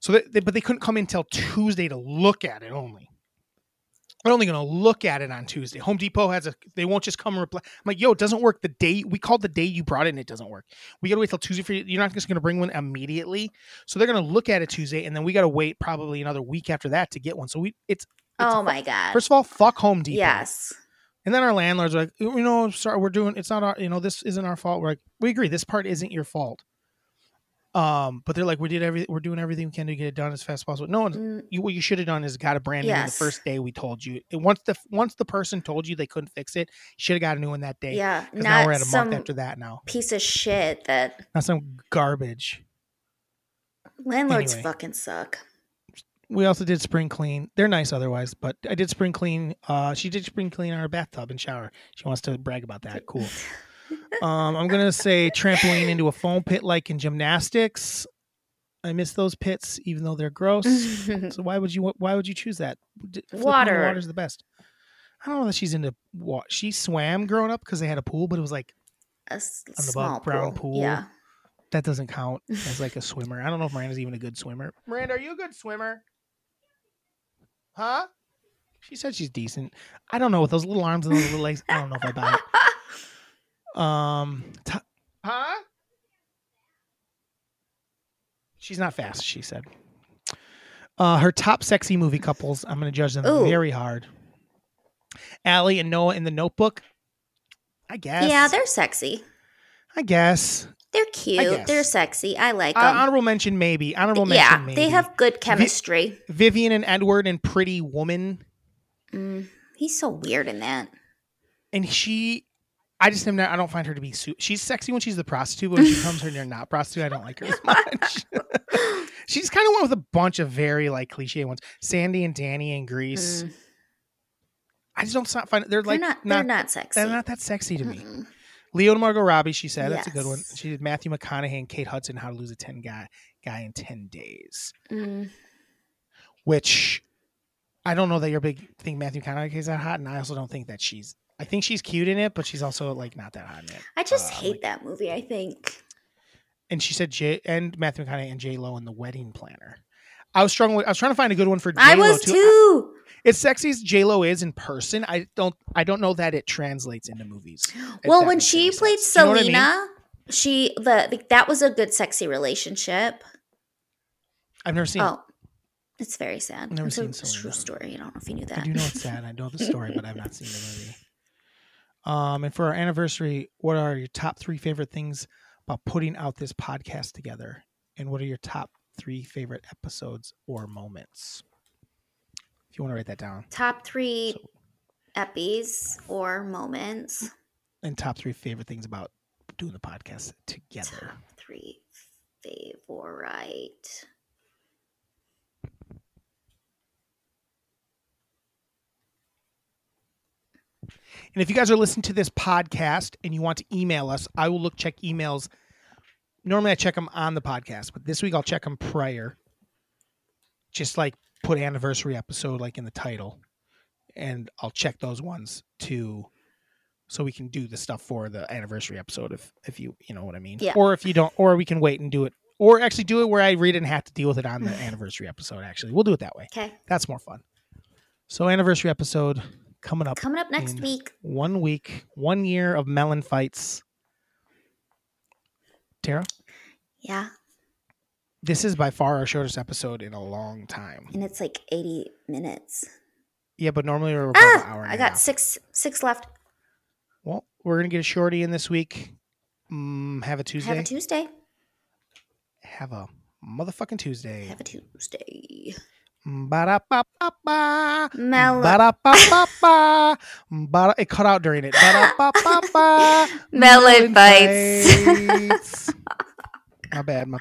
Speaker 2: So, they, they- but they couldn't come in till Tuesday to look at it only. They're only going to look at it on Tuesday. Home Depot has a. They won't just come and reply. I'm like, yo, it doesn't work. The day we called the day you brought it, and it doesn't work. We got to wait till Tuesday for you. You're not just going to bring one immediately. So they're going to look at it Tuesday, and then we got to wait probably another week after that to get one. So we it's
Speaker 3: Oh my God.
Speaker 2: First of all, fuck Home Depot.
Speaker 3: yes.
Speaker 2: And then our landlords are like, you know, sorry, we're doing it's not our, you know, this isn't our fault. We're like, we agree, this part isn't your fault. Um, but they're like, we did every, we're doing everything we can to get it done as fast as possible. No, one,
Speaker 3: Mm,
Speaker 2: you, what you should have done is got a brand new one the
Speaker 3: Yes.
Speaker 2: first day we told you. And once the once the person told you they couldn't fix it, should have got a new one that day.
Speaker 3: Yeah.
Speaker 2: Because now
Speaker 3: Not
Speaker 2: we're at a
Speaker 3: some
Speaker 2: month after that now.
Speaker 3: piece of shit that
Speaker 2: Not some garbage.
Speaker 3: landlords
Speaker 2: Anyway.
Speaker 3: fucking suck.
Speaker 2: we also did spring clean. They're nice otherwise, but I did spring clean. Uh, she did spring clean our bathtub and shower. She wants to brag about that. Cool. Um, I'm gonna say trampoline into a foam pit like in gymnastics. I miss those pits, even though they're gross. So why would you? Why would you choose that? D- flipping in the
Speaker 3: Water.
Speaker 2: Water's the best. I don't know that she's into what she swam growing up because they had a pool, but it was like
Speaker 3: a s-
Speaker 2: above
Speaker 3: small
Speaker 2: ground pool.
Speaker 3: pool. Yeah.
Speaker 2: that doesn't count as like a swimmer. I don't know if Miranda's even a good swimmer. Miranda, are you a good swimmer? Huh? She said she's decent. I don't know with those little arms and those little legs. I don't know if I buy it. Um, t- huh? She's not fast. She said. Uh, her top sexy movie couples. I'm going to judge them
Speaker 3: Ooh.
Speaker 2: very hard. Allie and Noah in The Notebook. I guess.
Speaker 3: Yeah, they're sexy.
Speaker 2: I guess.
Speaker 3: They're cute. They're
Speaker 2: guess.
Speaker 3: sexy. I like
Speaker 2: Uh,
Speaker 3: them.
Speaker 2: honorable mention, maybe. Honorable mention,
Speaker 3: Um, yeah,
Speaker 2: maybe.
Speaker 3: they have good chemistry.
Speaker 2: Vivian and Edward and Pretty Woman.
Speaker 3: Mm, he's so weird in that.
Speaker 2: And she, I just am not, I don't find her to be, su- she's sexy when she's the prostitute, but when she comes her near not prostitute, I don't like her as much. she just kind of went with a bunch of very like cliche ones. Sandy and Danny and Grease.
Speaker 3: Mm,
Speaker 2: I just don't so- find, they're
Speaker 3: they're
Speaker 2: like,
Speaker 3: not.
Speaker 2: not,
Speaker 3: They're not sexy.
Speaker 2: they're not that sexy to me.
Speaker 3: Mm-mm.
Speaker 2: Leo and Margot Robbie, she said. That's a good one.
Speaker 3: Yes.
Speaker 2: She did Matthew McConaughey and Kate Hudson, How to Lose a 10 Guy, guy in 10 Days.
Speaker 3: Mm,
Speaker 2: which I don't know that you're a big think Matthew McConaughey is that hot, and I also don't think that she's. I think she's cute in it, but she's also like not that hot in it.
Speaker 3: I just
Speaker 2: Uh,
Speaker 3: hate
Speaker 2: like-
Speaker 3: that movie. I think.
Speaker 2: And she said J and Matthew McConaughey and J Lo in the Wedding Planner. I was struggling. with- I was trying to find a good one for J Lo
Speaker 3: I was too.
Speaker 2: As sexy as J Lo is in person, I don't. I don't know that it translates into movies. if
Speaker 3: well,
Speaker 2: that
Speaker 3: when
Speaker 2: makes any
Speaker 3: she
Speaker 2: sense.
Speaker 3: played
Speaker 2: Do you know what I mean?
Speaker 3: Selena, she the, the that was a good sexy relationship.
Speaker 2: I've never seen. it.
Speaker 3: Oh, it's very sad.
Speaker 2: Never
Speaker 3: it's
Speaker 2: seen
Speaker 3: a true
Speaker 2: Selena.
Speaker 3: story. I don't know if you knew
Speaker 2: I
Speaker 3: that.
Speaker 2: do know it's sad. I know the story, but I've not seen the movie. Um, and for our anniversary, what are your top three favorite things about putting out this podcast together? And what are your top three favorite episodes or moments? If you want to write that down,
Speaker 3: Top three epies or moments.
Speaker 2: and top three favorite things about doing the podcast together.
Speaker 3: Three favorite
Speaker 2: And if you guys are listening to this podcast and you want to email us, I will look check emails. Normally I check them on the podcast, but this week I'll check them prior. Just like put anniversary episode like in the title, and I'll check those ones too, so we can do the stuff for the anniversary episode if if you you know what I mean.
Speaker 3: Yeah.
Speaker 2: Or if you don't, or we can wait and do it, or actually do it where I read it and have to deal with it on the anniversary episode. Actually, we'll do it that way.
Speaker 3: Okay.
Speaker 2: That's more fun. So anniversary episode coming up
Speaker 3: Coming up next
Speaker 2: Mm.
Speaker 3: week.
Speaker 2: one week, one year of melon fights. Tara,
Speaker 3: Yeah.
Speaker 2: this is by far our shortest episode in a long time.
Speaker 3: And it's like 80 minutes.
Speaker 2: Yeah, but normally we're about an
Speaker 3: Ah,
Speaker 2: hour. And
Speaker 3: I
Speaker 2: a
Speaker 3: got
Speaker 2: half.
Speaker 3: six six left.
Speaker 2: Well, we're gonna get a shorty in this week. Mm, have a Tuesday.
Speaker 3: Have a Tuesday.
Speaker 2: Have a motherfucking Tuesday. Mm,
Speaker 3: Have a Tuesday.
Speaker 2: Ba ba ba ba.
Speaker 3: Melon.
Speaker 2: Ba ba ba ba. Ba. Mm, It cut out during it. Ba ba ba ba.
Speaker 3: Melon bites.
Speaker 2: my bad. My